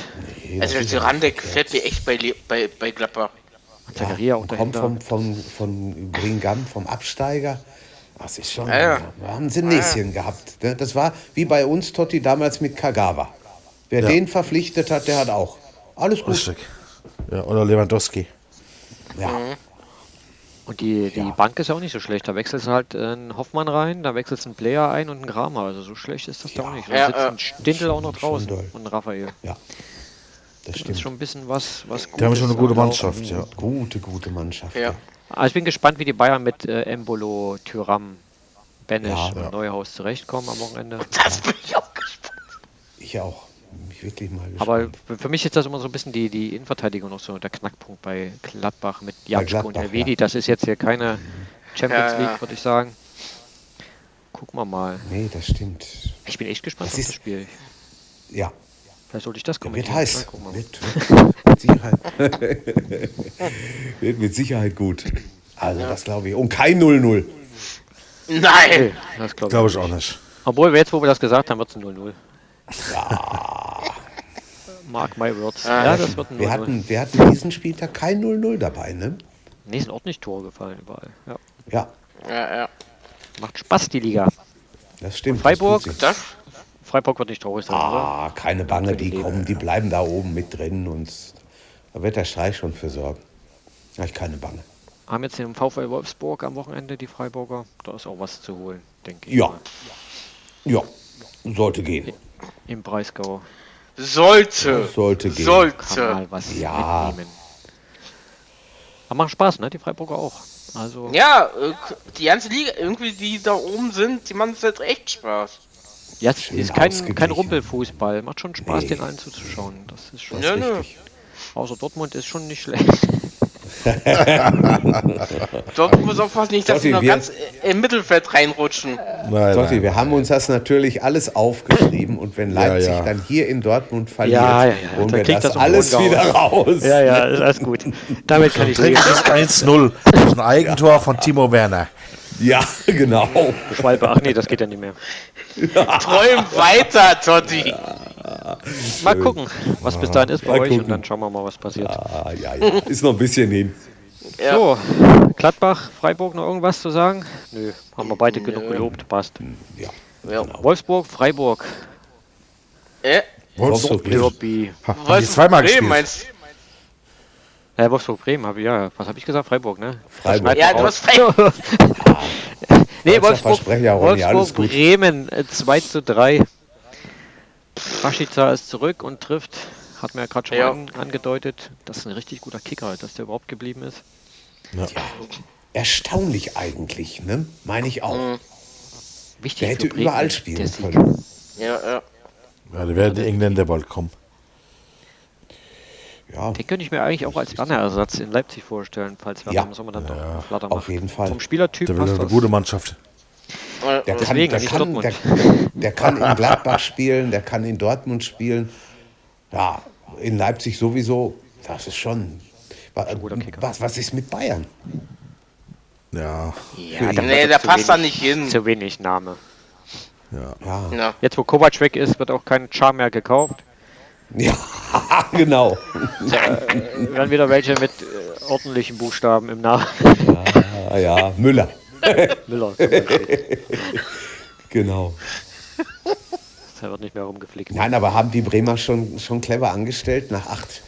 Also der Tyrann, der gefällt mir echt bei, Le- bei, bei Gladbach. Und Zakaria auch und kommt dahinter. vom, vom, von Green vom Absteiger. Das ist schon. Ja, ja. Da haben sie ein Näschen gehabt. Ne? Das war wie bei uns Totti damals mit Kagawa. Wer den verpflichtet hat, der hat auch. Alles gut. Richtig. Ja, oder Lewandowski. Ja. Und die, die Bank ist ja auch nicht so schlecht. Da wechselst du halt äh, einen Hoffmann rein, da wechselst du einen Player ein und einen Kramer. Also so schlecht ist das da auch nicht. Da Ja, sitzt äh, ein Stindel auch noch draußen doll. und ein Raphael. ja. Das Das ist stimmt. schon ein bisschen was, was gut Die haben schon eine gute Also, Mannschaft, ja. Gute, gute Mannschaft. Ja. Also ich bin gespannt, wie die Bayern mit äh, Embolo, Tyram, Benesch Ja, und Neuhaus zurechtkommen am Wochenende. Das bin ich auch gespannt. Ich auch. Bin Ich wirklich mal gespannt. Aber f- für mich ist das immer so ein bisschen die, die Innenverteidigung noch so der Knackpunkt bei Gladbach mit Janschko und Gladbach, Elvedi. ja. Das ist jetzt hier keine Champions Ja, ja. League, würde ich sagen. Gucken wir mal. Nee, das stimmt. Ich bin echt gespannt Das auf das ist- Spiel. Ja. Vielleicht sollte ich das Wird kommentieren. Na, heiß. gucken wir mal. Wird, wird, mit Sicherheit. wird mit Sicherheit gut. Also, das glaube ich. Und kein 0-0. Nein! Das glaube ich. Glaube ich auch nicht. Obwohl, wir jetzt, wo wir das gesagt haben, wird es ein 0-0. Mark my words. Ah, ja, das wird ein Wir 0-0. hatten, wir hatten diesen Spieltag kein 0-0 dabei, ne? Nee, sind auch nicht Tore gefallen überall. Ja. Ja, Ja, ja. Macht Spaß, die Liga. das stimmt. Freiburg, Das tut sie. Das? Freiburg wird nicht traurig sein, oder? ah, keine Bange, die kommen, die bleiben da oben mit drin und da wird der Streich schon für sorgen. Habe ich keine Bange. Haben jetzt den VfL Wolfsburg am Wochenende, die Freiburger. Da ist auch was zu holen, denke ich. Ja. mal. Ja, sollte gehen. Im Breisgau Sollte. Sollte gehen. kann Sollte. mal was Ja. mitnehmen. Aber macht Spaß, ne? Die Freiburger auch. Also, Ja, äh, die ganze Liga, irgendwie die da oben sind, die machen es jetzt echt Spaß. jetzt schön ist kein, kein ausgeglichen. Rumpelfußball. Macht schon Spaß, Nee. den allen zuzuschauen. Das ist schon. Ja, ne. Richtig. Außer Dortmund ist schon nicht schlecht. Dort muss aufpassen, nicht, dass Totti, sie noch wir- ganz äh, im Mittelfeld reinrutschen. Nein, Totti, nein. wir haben uns das natürlich alles aufgeschrieben und wenn Ja, Leipzig ja. dann hier in Dortmund verliert, Ja, ja, ja, holen dann wir klingt das, das im alles Mund wieder raus. Ja, ja, ist alles gut. Damit kann ich Trinken leben. ist 1-0. Das ist ein Eigentor von Timo Werner. ja genau. Schwalbe, ach nee, das geht ja nicht mehr. Träum weiter, Totti. Mal gucken, was bis dahin ist bei Mal euch und gucken. dann schauen wir mal, was passiert. Ah, ja, ja. Ist noch ein bisschen hin. Ja. So, Gladbach, Freiburg noch irgendwas zu sagen? Nö, haben wir beide genug gelobt, passt. Ja. Ja. Wolfsburg, Freiburg, Äh, Wolfsburg. Bremen. Derby. Ha, haben die Wolfsburg zweimal Bremen, gespielt. meinst du? Äh, Wolfsburg, Bremen, habe ich ja. Was habe ich gesagt? Freiburg, ne? Freiburg. Ja, du hast Freiburg. Nee, Falscher Wolfsburg, Versprecher, Ronny, alles Wolfsburg gut. Bremen äh, 2 zu 3. Rashica ist zurück und trifft. Hat mir ja gerade schon Ja. an, angedeutet, das ist ein richtig guter Kicker, dass der überhaupt geblieben ist. Erstaunlich eigentlich, ne? Meine ich Mhm. auch. Wichtig Der hätte für Bremen, überall der spielen Sieg. können. Ja, ja. Ja, da werden die Engländer bald kommen. Ja, Den könnte ich mir eigentlich auch als Bannerersatz in Leipzig vorstellen, falls Werder Ja. im Sommer dann doch einen Flatter auf macht. jeden Fall. Vom Spielertyp Da wird passt eine das. gute Mannschaft. der kann, deswegen, der, nicht kann, der, der kann in Gladbach spielen, der kann in Dortmund spielen. Ja, in Leipzig sowieso. Das ist schon. wa- guter Kicker. Was, was ist mit Bayern? Ja. Ja, da Nee, der passt da nicht hin. zu wenig Name. Ja, Ja. Jetzt, wo Kovac weg ist, wird auch kein Char mehr gekauft. ja genau. Wir werden wieder welche mit äh, ordentlichen Buchstaben im Namen. Ah, ja, Müller. Müller, zum Beispiel. Genau. der wird nicht mehr rumgeflickt. Nein, aber haben die Bremer schon, schon clever angestellt, nach acht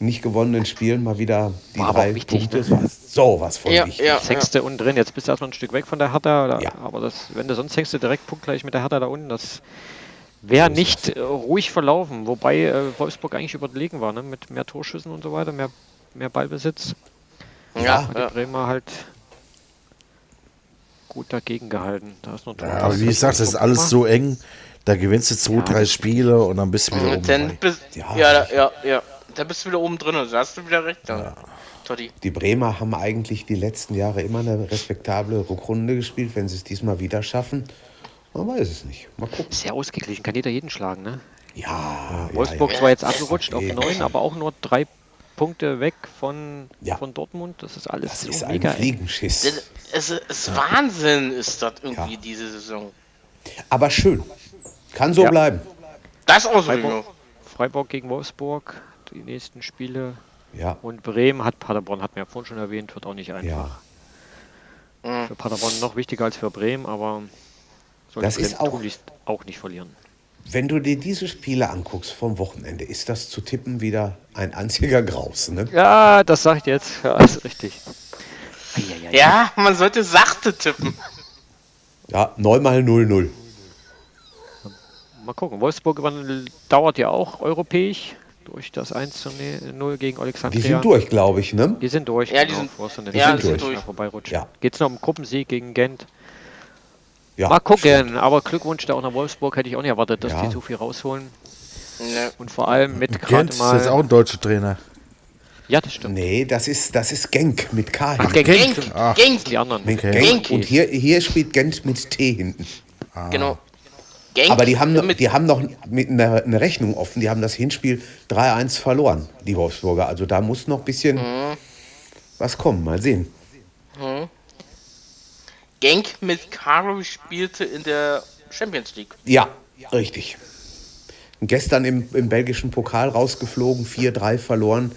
nicht gewonnenen Spielen mal wieder die War aber drei auch wichtig, ne? Punkte. Das war so was von Ja, wichtig. ja. Sechste unten drin, jetzt bist du erstmal ein Stück weg von der Hertha. Da, Ja. Aber das, wenn du sonst hängst du direkt punktgleich mit der Hertha da unten, das wäre nicht äh, ruhig verlaufen. Wobei äh, Wolfsburg eigentlich überlegen war, ne? mit mehr Torschüssen und so weiter, mehr, mehr Ballbesitz. Ja, Äh, Die ja. Bremer halt gut dagegen gehalten. Da ist noch Ja, aber wie gesagt, das ist alles so eng. Da gewinnst du zwei, drei Spiele und dann bist du wieder Und dann oben. bist, ja, Ja. ja, ja, Dann bist du wieder oben drin, also hast du wieder recht. Dann. Totti. Die Bremer haben eigentlich die letzten Jahre immer eine respektable Rückrunde gespielt. Wenn sie es diesmal wieder schaffen, man weiß es nicht. Mal gucken. Sehr ausgeglichen, kann jeder jeden schlagen, ne? Ja, Wolfsburg ja, zwar jetzt abgerutscht auf Okay. neun, aber auch nur drei Punkte weg von, Ja. von Dortmund. Das ist alles Das so ist ein mega eng. Fliegenschiss. Das es ist Wahnsinn, ist das irgendwie Ja. diese Saison. Aber schön. Kann so Ja. bleiben. Das ist auch so, Freiburg. Junge. Freiburg gegen Wolfsburg, die nächsten Spiele. Ja. Und Bremen hat Paderborn, hat mir ja vorhin schon erwähnt, wird auch nicht einfach. Ja. Für Paderborn noch wichtiger als für Bremen, aber sollte Das ist Bremen auch- tunlichst auch nicht verlieren. Wenn du dir diese Spiele anguckst vom Wochenende, ist das zu tippen wieder ein einziger Graus. Ne? Ja, das sagt jetzt. Ja, ist richtig. Eieiei. Ja, man sollte sachte tippen. Ja, neunmal 0-0. Mal gucken. Wolfsburg übern- dauert ja auch europäisch durch das 1 zu 0 gegen Alexandria. Die sind durch, glaube ich. Ne? Die sind durch. genau. Ja, die sind- bevor es in den die sind Spielfeldern durch. Vorbeirutschen. Ja. Geht's noch um Gruppensieg gegen Gent? Ja. Mal gucken. Aber Glückwunsch da auch nach Wolfsburg. Hätte ich auch nicht erwartet, dass Ja. die so viel rausholen. Ne. Und vor allem mit Gent gerade ist jetzt mal. auch ein deutscher Trainer. Ja, das stimmt. Nee, das ist, das ist Genk mit K. hinten. Genk. Genk, Genk. Genk, Die anderen. Mit Okay. Genk. Genk. Und hier, hier spielt Gent mit T hinten. genau. Genk Aber die haben, noch- mit die haben noch mit einer, eine Rechnung offen. Die haben das Hinspiel 3-1 verloren, die Wolfsburger. Also da muss noch ein bisschen Mhm. was kommen. Mal sehen. Genk mit Karo spielte in der Champions League. Ja, richtig. Und gestern im, im belgischen Pokal rausgeflogen, 4-3 verloren.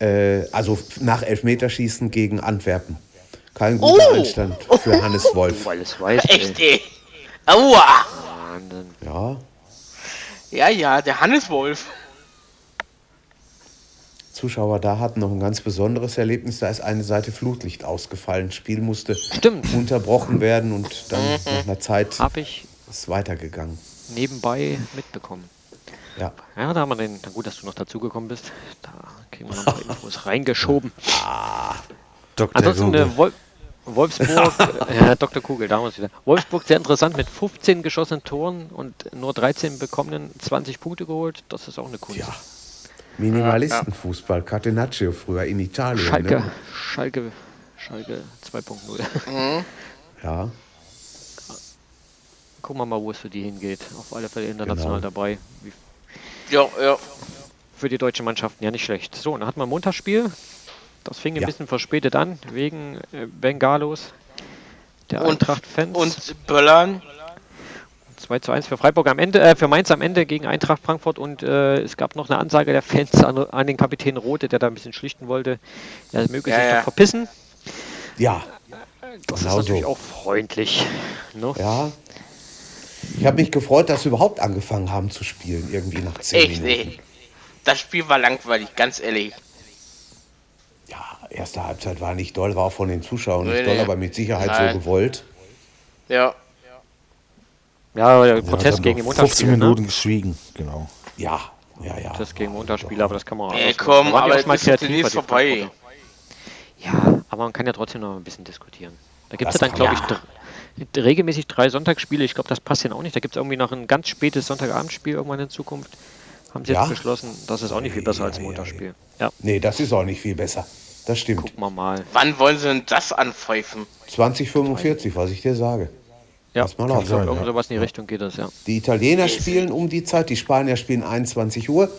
Äh, also nach Elfmeterschießen gegen Antwerpen. Kein guter Oh. Einstand für Hannes Wolf. Weil es weiß. Echt, Ey. ey. Aua. Wahnsinn. Ja, Ja, ja, der Hanneswolf. Zuschauer da hatten noch ein ganz besonderes Erlebnis. Da ist eine Seite Flutlicht ausgefallen. Spiel musste Stimmt. unterbrochen werden und dann Mhm. nach einer Zeit Hab ich ist weitergegangen. nebenbei mitbekommen. Ja. Ja, da haben wir den. Na gut, dass du noch dazugekommen bist. Da kriegen wir noch ein paar Infos reingeschoben. Dr. Ansonsten Google. äh, Wol Wolfsburg, äh, ja, Dr. Kugel, da haben wir es wieder. Wolfsburg sehr interessant mit 15 geschossenen Toren und nur 13 bekommenen 20 Punkte geholt. Das ist auch eine Kunst. Minimalistenfußball, Catenaccio früher in Italien. Schalke, Ne? Schalke, Schalke 2.0. Ja. Gucken wir mal, wo es für die hingeht. Auf alle Fälle international Genau. dabei. Wie Ja, ja. für die deutschen Mannschaften ja nicht schlecht. So, dann hatten wir ein Montagsspiel. Das fing ein Ja. bisschen verspätet an, wegen äh, Bengalos, der Und, Eintracht-Fans. und Böllern. 2 zu 1 für Freiburg am Ende, äh, für Mainz am Ende gegen Eintracht Frankfurt und äh, es gab noch eine Ansage der Fans an, an den Kapitän Rote, der da ein bisschen schlichten wollte. Er möge Ja, sich ja. doch verpissen. Ja, Das Genau so. ist natürlich auch freundlich. Ne? ja. Ich habe mich gefreut, dass wir überhaupt angefangen haben zu spielen, irgendwie nach zehn Echt, Minuten. ey. Das Spiel war langweilig, ganz ehrlich. Ja, erste Halbzeit war nicht doll, war auch von den Zuschauern Nee, nicht doll, nee. aber mit Sicherheit Nein. so gewollt. Ja. Ja, der Ja, dann Protest gegen den noch 15 Montagsspieler. Ne? Minuten geschwiegen, genau. Ja, ja, ja. Protest gegen den Montagsspieler, aber das kann man auch. Ey, anders machen. komm, Da waren die aber auch schon mal das ist doch kreativer, demnächst die vorbei. Frankfurter. Ja, aber man kann ja trotzdem noch ein bisschen diskutieren. Da gibt es ja Das dann, glaube kann ich, man. dr- d- regelmäßig drei Sonntagsspiele. Ich glaube, das passt ja auch nicht. Da gibt es irgendwie noch ein ganz spätes Sonntagabendspiel irgendwann in Zukunft. Haben sie Ja? jetzt beschlossen, das ist auch nicht viel besser als Montagsspiel. Ja, Nee, das ist auch nicht viel besser. Das stimmt. gucken wir mal. Wann wollen sie denn das anpfeifen? 2045, was ich dir sage. Ja, Lass mal laufen. ich glaub, Ja. irgend sowas in die Richtung geht das, ja. Die Italiener spielen um die Zeit, die Spanier spielen 21 Uhr.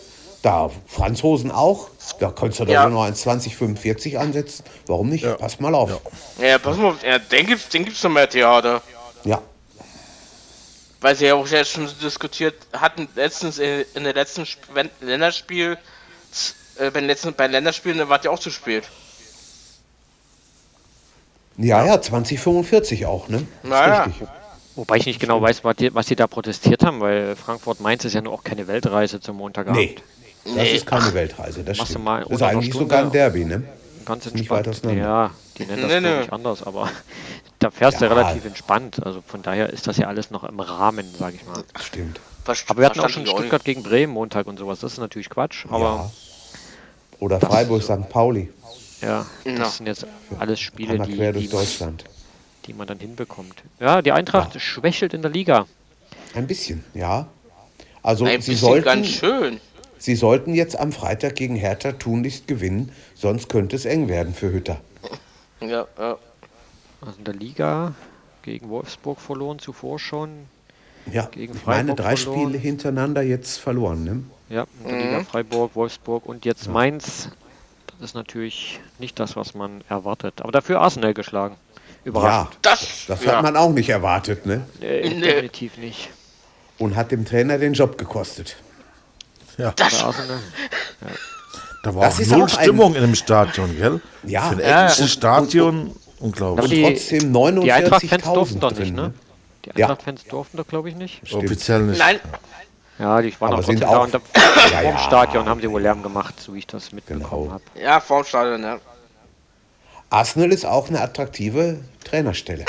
Da Franzosen auch. Da könntest du doch Ja. nur noch ein 2045 ansetzen. Warum nicht? Pass mal auf. Ja, pass mal, auf, ja, den gibt's, den gibt's noch mehr Theater. Ja. Weil sie ja auch jetzt schon diskutiert hatten, letztens äh, in der letzten Sp wenn- Länderspiel, äh, bei den letzten bei den Länderspielen, da war ja auch zu spät. Ja, ja, 2045 auch, ne? Ist Naja. richtig. Wobei ich nicht genau weiß, was die, was die da protestiert haben, weil Frankfurt-Mainz ist ja nur auch keine Weltreise zum Montagabend. Nee. Das ist keine Weltreise, das Machst du stimmt. mal das ist unter einer eigentlich Stunde. sogar ein Derby, ne? Ganz nicht weit entspannt. auseinander. Ja, die nennen das Nee, nee, nee. nicht anders, aber da fährst Ja. du relativ entspannt. Also von daher ist das ja alles noch im Rahmen, sage ich mal. Stimmt. Verst Aber wir hatten auch schon verstand ich auch Stuttgart gegen Bremen Montag und sowas. Das ist natürlich Quatsch, aber Oder Freiburg, St. Pauli. ja, das Ja. sind jetzt alles Spiele, Einmal die, quer durch die, Deutschland. die man dann hinbekommt. Ja, die Eintracht schwächelt in der Liga. Ein bisschen, ja. Also Ein sie bisschen sollten, ganz schön. sie sollten jetzt am Freitag gegen Hertha tunlichst gewinnen, sonst könnte es eng werden für Hütter. Ja, ja. Also in der Liga gegen Wolfsburg verloren zuvor schon. Ja, Gegen ich meine Freiburg drei verloren. Spiele hintereinander jetzt verloren. Ne? Ja, in der Mhm. Liga Freiburg, Wolfsburg und jetzt Mainz. Das ist natürlich nicht das, was man erwartet. Aber dafür Arsenal geschlagen. Ja, Überraschend. Das, das ja. hat man auch nicht erwartet, ne? Nee, Nee. Äh, definitiv nicht. Und hat dem Trainer den Job gekostet. Bei Arsenal. Da war Das auch ist null auch ein- Stimmung in dem Stadion, gell? Ja. Für ein Ja, englisches Stadion, Aber unglaublich. die- trotzdem Die Eintracht-Fans 49.000 durften doch nicht, drin, ne? ne? Die Ja. Eintracht-Fans durften doch, glaube ich, nicht. Offiziell nicht. Nein, Ja, die waren Aber auch trotzdem sind da auch- und da vorm Ja, ja. Stadion haben sie wohl Lärm gemacht, so wie ich das mitbekommen Genau. habe. ja, vorm Stadion, ja. Arsenal ist auch eine attraktive Trainerstelle.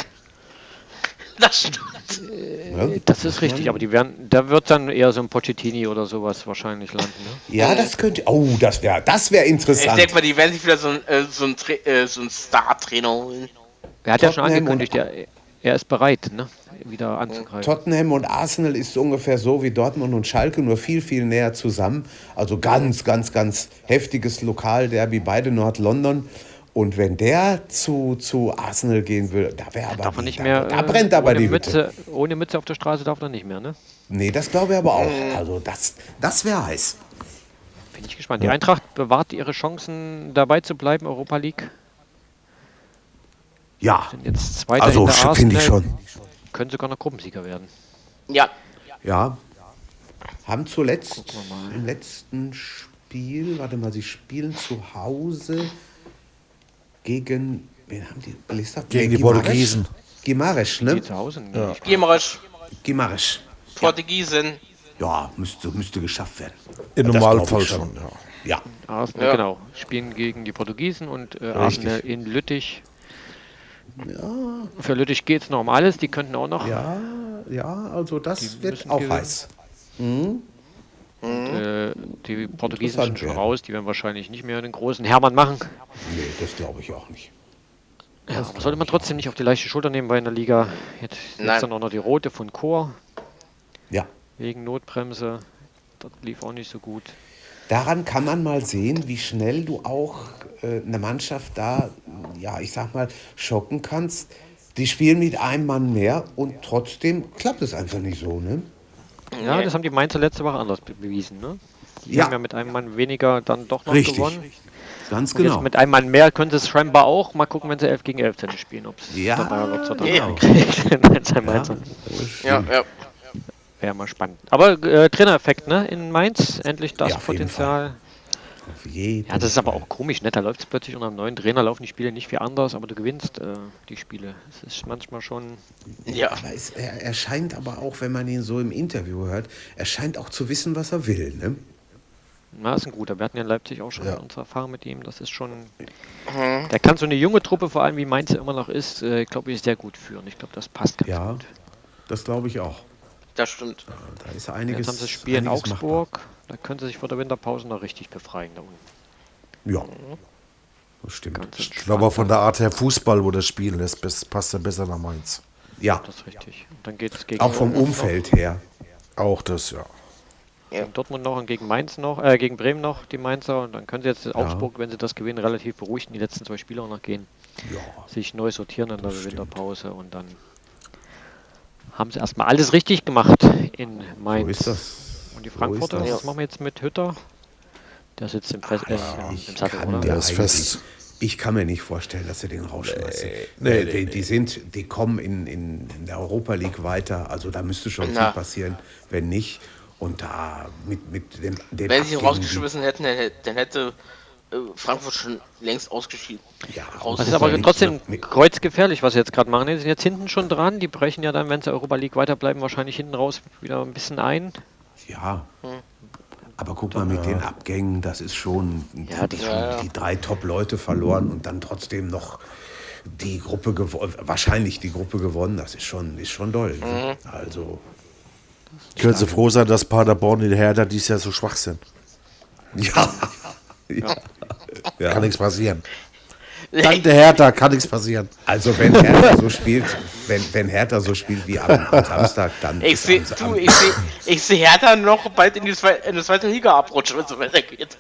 Das stimmt. Ne? Äh, Das ist richtig, aber die werden, da wird dann eher so ein Pochettini oder sowas wahrscheinlich landen. Ne? Ja, das könnte. Oh, das wäre das wär Ich interessant. denke mal, die werden sich wieder so ein, äh, so ein, Tra- äh, so ein Star-Trainer holen. Er hat ja schon Tottenham angekündigt, er, er ist bereit, ne? wieder anzugreifen. Tottenham und Arsenal ist ungefähr so wie Dortmund und Schalke, nur viel, viel näher zusammen. Also ganz, ganz, ganz heftiges Lokalderby, beide Nord-London. Und wenn der zu, zu Arsenal gehen will, da wäre aber. Darf man die- nicht mehr. da, da äh, brennt aber ohne die Hütte. Mütze, Ohne Mütze auf der Straße darf er nicht mehr, ne? Nee, das glaube ich aber Äh. auch. Also das, das wäre heiß. Bin ich gespannt. Die Eintracht bewahrt ihre Chancen, dabei zu bleiben, Europa League. Ja, Sind jetzt zweiter also hinter finde ich Arsenal. schon. Können sogar noch Gruppensieger werden. Ja, Ja. Haben zuletzt im letzten Spiel, warte mal, sie spielen zu Hause gegen, wen haben die? Ballista? Gegen die Gimares? Portugiesen. Gimares, Die ne? zu Hause nicht. Ja. Giemerisch, Gimares. Portugiesen. Ja, müsste, müsste geschafft werden. Im Das glaub Normalfall ich schon, ja. Ja. Arsenal, Ja. genau. Spielen gegen die Portugiesen und äh, Arsenal in Lüttich. Für Lüttich geht es noch um alles. Die könnten auch noch. Ja, ja, also das Die wird müssen auch gewinnen. heiß. Äh, die Portugiesen sind Interessant, schon ja. raus. Die werden wahrscheinlich nicht mehr den großen Hermann machen. Nee, das glaube ich auch nicht. Ja, aber sollte man trotzdem nicht auf die leichte Schulter nehmen, weil in der Liga jetzt, Nein. jetzt dann auch noch die rote von Chor Ja. wegen Notbremse. Das lief auch nicht so gut. Daran kann man mal sehen, wie schnell du auch äh, eine Mannschaft da, ja, ich sag mal, schocken kannst. Die spielen mit einem Mann mehr und trotzdem klappt es einfach nicht so, ne? Ja, das haben die Mainzer letzte Woche anders be- bewiesen. Ne? Die Ja. haben ja mit einem Mann weniger dann doch noch Richtig. gewonnen. Ganz genau. Und Jetzt mit einem Mann mehr könnte es scheinbar auch. Mal gucken, wenn sie 11 gegen 11 Tennis spielen, ob es Ja, dabei wird's oder genau. Mainz, ein Mainzer. Ja, ja. Wäre mal spannend. Aber äh, Trainereffekt, ne? In Mainz endlich das Ja, auf jeden Potenzial. Auf jeden. Ja, das ist aber auch komisch, ne? Da läuft es plötzlich unter einem neuen Trainer, laufen die Spiele nicht viel anders, aber du gewinnst äh, die Spiele. Es ist manchmal schon. ja. Aber es, er, er scheint aber auch, wenn man ihn so im Interview hört, er scheint auch zu wissen, was er will, ne? Na, ist ein guter. Wir hatten ja in Leipzig auch schon unsere Erfahrung mit ihm. Das ist schon. Der kann so eine junge Truppe, vor allem wie Mainz ja immer noch ist, äh, glaube ich, sehr gut führen. Ich glaube, das passt ganz Ja, gut. das glaube ich auch. Das stimmt. Da ist einiges. Jetzt haben sie das Spiel in einiges Augsburg. Da können sie sich vor der Winterpause noch richtig befreien da unten. Machbar. Ja. Das stimmt. Mhm. Ganz Ich glaube, von der Art her Fußball, wo das Spielen ist, bes- passt er besser nach Mainz. Ja, Das ist richtig. Und dann geht es gegen auch vom Dortmund Umfeld her. Auch das, ja. Noch, gegen Dortmund noch und gegen Mainz noch, äh, gegen Bremen noch, die Mainzer. Und dann können sie jetzt in Augsburg, wenn sie das gewinnen, relativ beruhigt in die letzten zwei Spiele auch noch gehen. Sich neu sortieren in der Winterpause und dann haben sie erstmal alles richtig gemacht in Mainz. So ist das. Und die So Frankfurter, ist das. was machen wir jetzt mit Hütter? Der sitzt im, Fest, äh, Ich im Sattel, kann oder? mir Der ist eigentlich- fest. Ich kann mir nicht vorstellen, dass sie den rausschmeißen. nee, Äh, die, die sind, die kommen in, in, in der Europa League weiter. Also da müsste schon Na. viel passieren. Wenn nicht und da mit mit dem, dem Wenn sie ihn Abgeben- rausgeschmissen hätten, dann hätte, dann hätte äh, Frankfurt schon längst ausgeschieden. Ja, raus- Das ist aber Mit- trotzdem mit- kreuzgefährlich, was sie jetzt gerade machen. Die sind jetzt hinten schon dran. Die brechen ja dann, wenn sie Europa League weiterbleiben, wahrscheinlich hinten raus wieder ein bisschen ein. Ja. Aber guck mal, mit den Abgängen, das ist schon, Ja, die, das- die, Ja, ja. die drei Top-Leute verloren und dann trotzdem noch die Gruppe gewonnen, wahrscheinlich die Gruppe gewonnen, das ist schon, ist schon doll. ne? Also, Können Sie froh sein, dass Paderborn und die Hertha dies Jahr so schwach sind. ja. ja. Kann nichts passieren. Dank der Hertha kann nichts passieren. Also wenn Hertha so spielt, wenn, wenn Hertha so spielt wie am, am Samstag, dann Ich sehe du, am- am- ich sehe ich seh Hertha noch bald in die, zwe in die zweite Liga abrutschen, wenn es so weitergeht.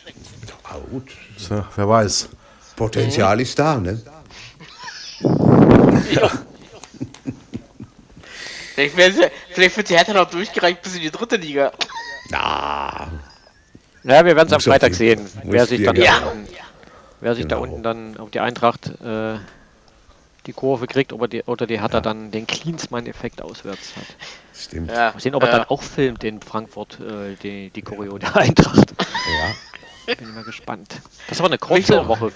Ah, gut. So, wer weiß. Potenzial ist da, ne? Vielleicht, werden sie, vielleicht wird die Hertha noch durchgereicht bis in die dritte Liga. Na, Ja, wir werden es am Muss auf Freitag jeden- sehen, muss wer sich, dann Ja. da unten, wer sich da Genau. unten dann auf die Eintracht äh, die Kurve kriegt ob er die, oder die hat er dann den Klinsmann-Effekt auswärts hat. stimmt. Ja. Mal sehen, ob er dann auch filmt in Frankfurt äh, die, die Choreo der Eintracht. Ja. Bin mal gespannt. Das war eine kurze Woche.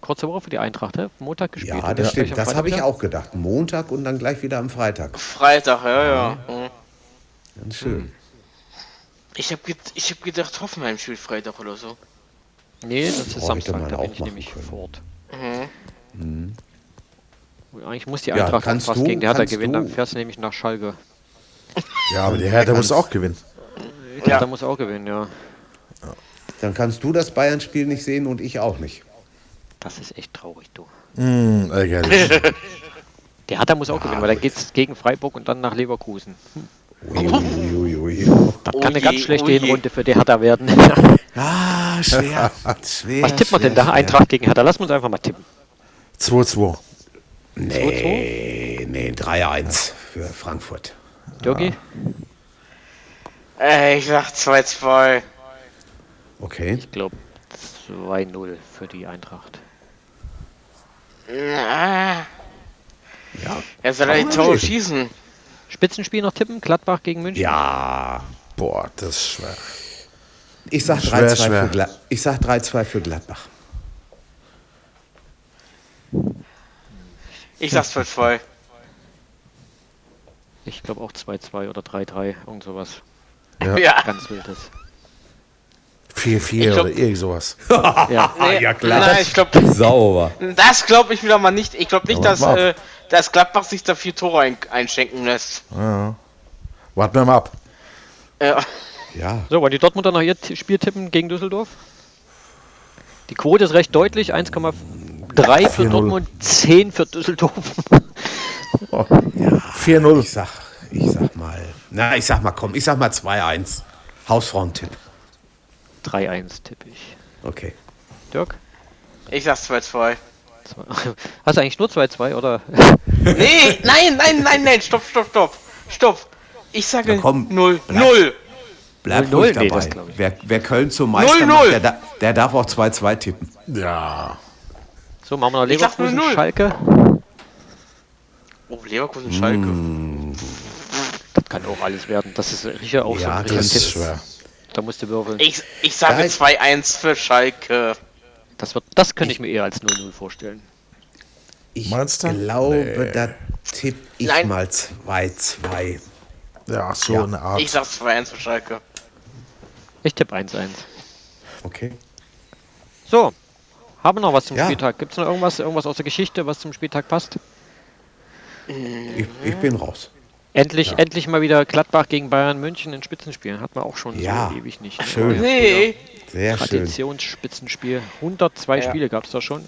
Kurze Woche für die Eintracht, hä? Montag gespielt. Ja, und das dann gleich stimmt. am Das habe ich Freitag auch gedacht. Montag und dann gleich wieder am Freitag. Freitag, ja, ja. Mhm. Ganz schön. Ich habe ich hab gedacht, Hoffenheim spielt Freitag oder so. wieder. Nee, das ist Hätte Samstag, man da auch bin ich machen nämlich können. fort. Mhm. Und Hm. Eigentlich muss die Ja, Eintracht kannst fast du- gegen die Hertha kannst gewinnen, du- dann fährst du nämlich nach Schalke. Ja, aber die Hertha muss auch gewinnen. Die Hertha Also muss auch gewinnen, ja. Dann kannst du das Bayern-Spiel nicht sehen und ich auch nicht. Das ist echt traurig, du. Hm, ärgerlich. Der Hertha muss auch gewinnen, weil dann geht's gegen Freiburg und dann nach Leverkusen. Uiuiuiui. Das Oh kann eine je, ganz schlechte oh je. Hinrunde für die Hertha werden. Ah, schwer. schwer. Was tippen wir denn da? Eintracht gegen Hertha. Lass uns einfach mal tippen. 2-2. Äh, Nee, nee, 3-1 für Frankfurt. Dirki? Äh, ich sag 2-2. Okay. Ich glaube 2-0 für die Eintracht. Ja. Ja. Er soll ja die Tore schießen. Spitzenspiel noch tippen? Gladbach gegen München? Ja. Boah, das ist schwer. Ich sag Schwer, 3-2 schwer. für, Gla ich sag 3-2 für Gladbach. Ich sag 2-2. Ich glaube auch 2-2 oder 3-3, irgend sowas. Ja. Ganz wildes. 4-4 Ich glaub- oder irgend sowas. Ja. Nee, Ah, ja, klar. Nein, ich glaube, Sauber. das glaube ich wieder mal nicht. Ich glaube nicht, Aber dass, warte mal äh, dass Gladbach sich da vier Tore ein einschenken lässt. Warten wir mal ab. Äh, Ja. So, wollen die Dortmunder noch ihr T- Spiel tippen gegen Düsseldorf? Die Quote ist recht deutlich. 1,3 für 4-0. Dortmund, 10 für Düsseldorf. 4-0. Ah, Ich sag, ich sag mal. Na, ich sag mal, komm, ich sag mal 2-1. Hausfrauentipp. 3-1 tippe ich. Okay. Dirk? ich sag 2-2. Zwei- Hast du eigentlich nur 2-2 oder? Nee, nein, nein, nein, nein, stopp, stopp, stopp. Stopp. Ich sage Na komm, 0. bleib. 0. Bleib 0-0, ruhig nee, dabei. das glaub ich wer, wer Köln zum Meister 0-0. macht, der, da- der darf auch 2-2 tippen. Ja. So, machen wir noch Ich sag Leverkusen, 0-0. Schalke. Oh, Leverkusen, Schalke. Das kann auch alles werden. Das ist sicher auch Ja, so ein das Das ist Tipp. schwer. Da musst du würfeln. Ich, ich sage Geil. 2-1 für Schalke. Das, wird, das könnte ich mir eher als 0-0 vorstellen. Ich Meinst du? glaube, da tipp ich Nein. mal 2-2. Ja, so eine Ich Art. sag 2-1 für Schalke. Ich tippe 1-1. Okay. So, haben wir noch was zum Ja. Spieltag? Gibt es noch irgendwas, irgendwas aus der Geschichte, was zum Spieltag passt? Ich, ich bin raus. Endlich, endlich mal wieder Gladbach gegen Bayern München in Spitzenspielen. Hat man auch schon Ja. so ewig nicht. ne? Schön. Ja. Nee. Sehr schön. Traditionsspitzenspiel. 102 Ja. Spiele gab es da schon.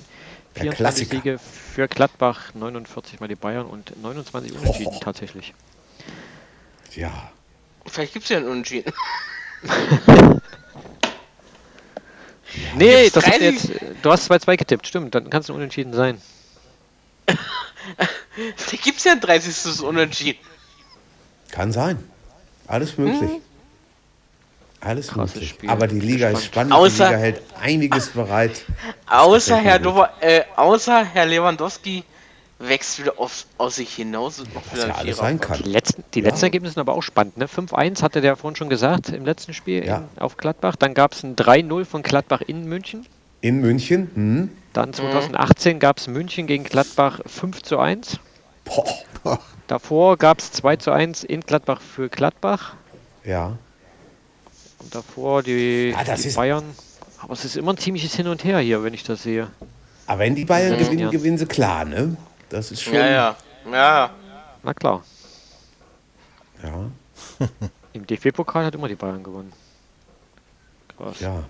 Der 24 Klassiker. Siege für Gladbach, 49 mal die Bayern und 29 Unentschieden tatsächlich. Ja. Vielleicht gibt's ja einen Unentschieden. Nee, Jetzt das hat 30 jetzt, du hast 2-2 getippt, stimmt, dann kann es ein Unentschieden sein. Vielleicht gibt's ja ein 30. Unentschieden. Kann sein. Alles möglich. Alles Krasses möglich. Spiel. Ah. Aber die Liga ist spannend. Außer- die Liga hält einiges bereit. Außer gefällt mir Herr, gut. Dover, äh, außer Herr Lewandowski wächst wieder auf, aus sich hinaus. und macht Was wieder ja einen alles Vierer. sein kann. Die letzten, die letzten Ergebnisse sind aber auch spannend. Ne? 5-1 hatte der vorhin schon gesagt im letzten Spiel Ja. in, auf Gladbach. Dann gab es ein 3-0 von Gladbach in München. In München. Hm? Dann 2018 gab es München gegen Gladbach 5-1. Boah. Davor gab es 2-1 in Gladbach für Gladbach. Ja. Und davor die, Ja, das die ist- Bayern. Aber es ist immer ein ziemliches Hin und Her hier, wenn ich das sehe. Aber wenn die Bayern gewinnen, ja. gewinnen sie klar, ne? Das ist schon. Ja, ja. Ja. Na klar, Ja. im DFB-Pokal hat immer die Bayern gewonnen. Krass. ja.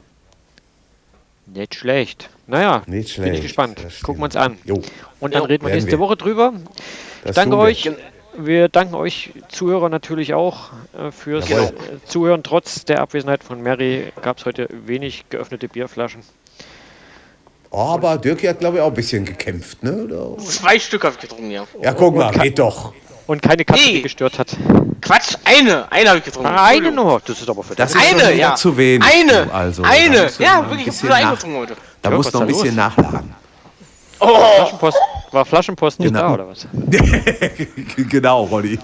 Nicht schlecht. Naja, Nicht schlecht. bin ich gespannt. das stimmt. Gucken wir uns an. Jo, Und dann reden wir werden nächste wir. Woche drüber. das Ich danke tun wir. euch. Wir danken euch Zuhörer natürlich auch äh, fürs Jawohl. äh, Zuhören. Trotz der Abwesenheit von Mary gab es heute wenig geöffnete Bierflaschen. Oh, Aber Dirk hat, glaube ich, auch ein bisschen gekämpft, ne? Oder? Zwei Stück habe ich getrunken, ja. Ja, guck mal, geht doch. Und keine Katze, die Nee. gestört hat. Quatsch, eine. Eine habe ich getrunken. Eine Entschuldigung. nur. Das ist aber für Das ist schon wieder Eine, ja. zu wenig. Eine. du, Also, Da eine. musst du noch Ja, ein wirklich, ich bisschen habe nach- eingetrunken heute. Da Ja, musst du noch was ein ist da bisschen nachladen. Flaschenpost. War Flaschenpost nicht Genau. da oder was? genau, Ronny.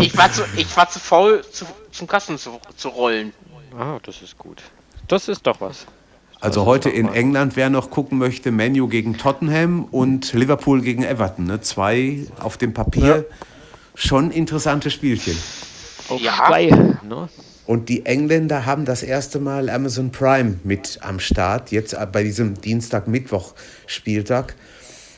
Ich war zu, ich war zu faul, zu, zum Kasten zu, zu rollen. Ah, das ist gut. Das ist doch was. Also heute in England, wer noch gucken möchte, Menu gegen Tottenham und Mhm. Liverpool gegen Everton. Ne? Zwei auf dem Papier. Schon interessante Spielchen. Auf Ja. Sky, ne? Und die Engländer haben das erste Mal Amazon Prime mit am Start, jetzt bei diesem Dienstag-Mittwoch-Spieltag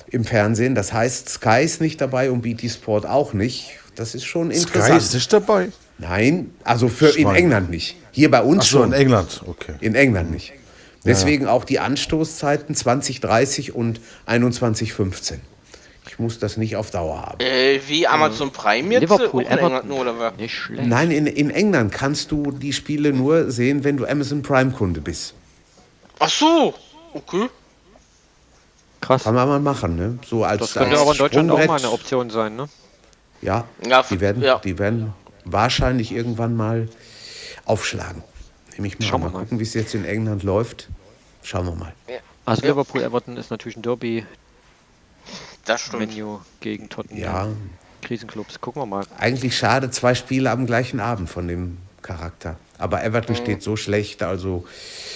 im Fernsehen. Das heißt, Sky ist nicht dabei und BT Sport auch nicht. Das ist schon Sky interessant. ist nicht dabei. Nein, also für in Schwein. England nicht. Hier bei uns Achso, schon. in England. Okay. In England nicht. Deswegen auch die Anstoßzeiten 20.30 und 21.15. Ich muss das nicht auf Dauer haben. Äh, wie Amazon Prime jetzt? Liverpool, äh, und in England Everton. nur, oder was? Nicht schlecht. Nein, in, in England kannst du die Spiele nur sehen, wenn du Amazon Prime-Kunde bist. Ach so. Okay. Krass. Kann man mal machen, ne? So als Das könnte als aber in Deutschland auch mal Sprungbrett. eine Option sein, ne? Ja, Ja, die werden, ja. die werden wahrscheinlich irgendwann mal aufschlagen. Nehme ich mal. Schauen mal wir mal. gucken, wie es jetzt in England läuft. Schauen wir mal. Also Liverpool Everton ist natürlich ein Derby, Das stimmt. Menu gegen Tottenham. Ja, Krisenclubs, gucken wir mal. eigentlich schade, zwei Spiele am gleichen Abend von dem Charakter. Aber Everton Mhm. steht so schlecht, also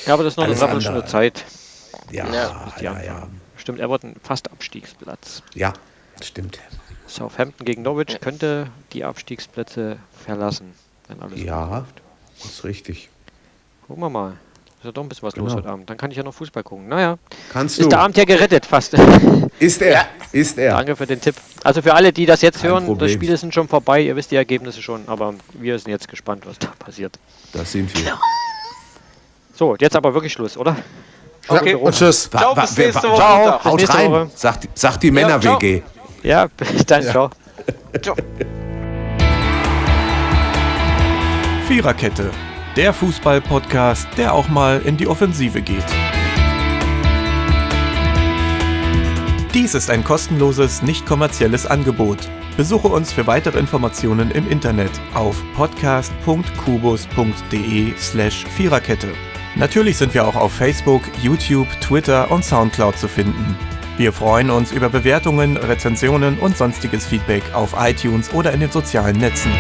Ja, aber das ist noch Alles eine Stunde andere. Zeit. ja, Ja, ja, ja, ja. Stimmt, Everton fast Abstiegsplatz. stimmt. Southampton gegen Norwich könnte die Abstiegsplätze verlassen, wenn alles Ja, ist richtig. Gucken wir mal. Ist ja doch ein bisschen was los Genau. heute Abend. Dann kann ich ja noch Fußball gucken. Naja, Kannst du? ist der Abend ja gerettet fast. Ist er? Ist er? Danke für den Tipp. Also für alle, die das jetzt hören, Problem. das Spiele sind schon vorbei. Ihr wisst die Ergebnisse schon, aber wir sind jetzt gespannt, was da passiert. Das sind wir. So, jetzt aber wirklich Schluss, oder? Okay. Und tschüss. Ciao, Wa- wa- bis wer- nächste wa- Woche Montag. Haut nächste rein. Woche. Sagt, sagt die ciao. Männer-WG. Ja, bis dann, ciao. Ciao. Viererkette, der Fußball-Podcast, der auch mal in die Offensive geht. Dies ist ein kostenloses, nicht kommerzielles Angebot. Besuche uns für weitere Informationen im Internet auf podcast.kubus.de/slash Viererkette. Natürlich sind wir auch auf Facebook, YouTube, Twitter und Soundcloud zu finden. Wir freuen uns über Bewertungen, Rezensionen und sonstiges Feedback auf iTunes oder in den sozialen Netzen.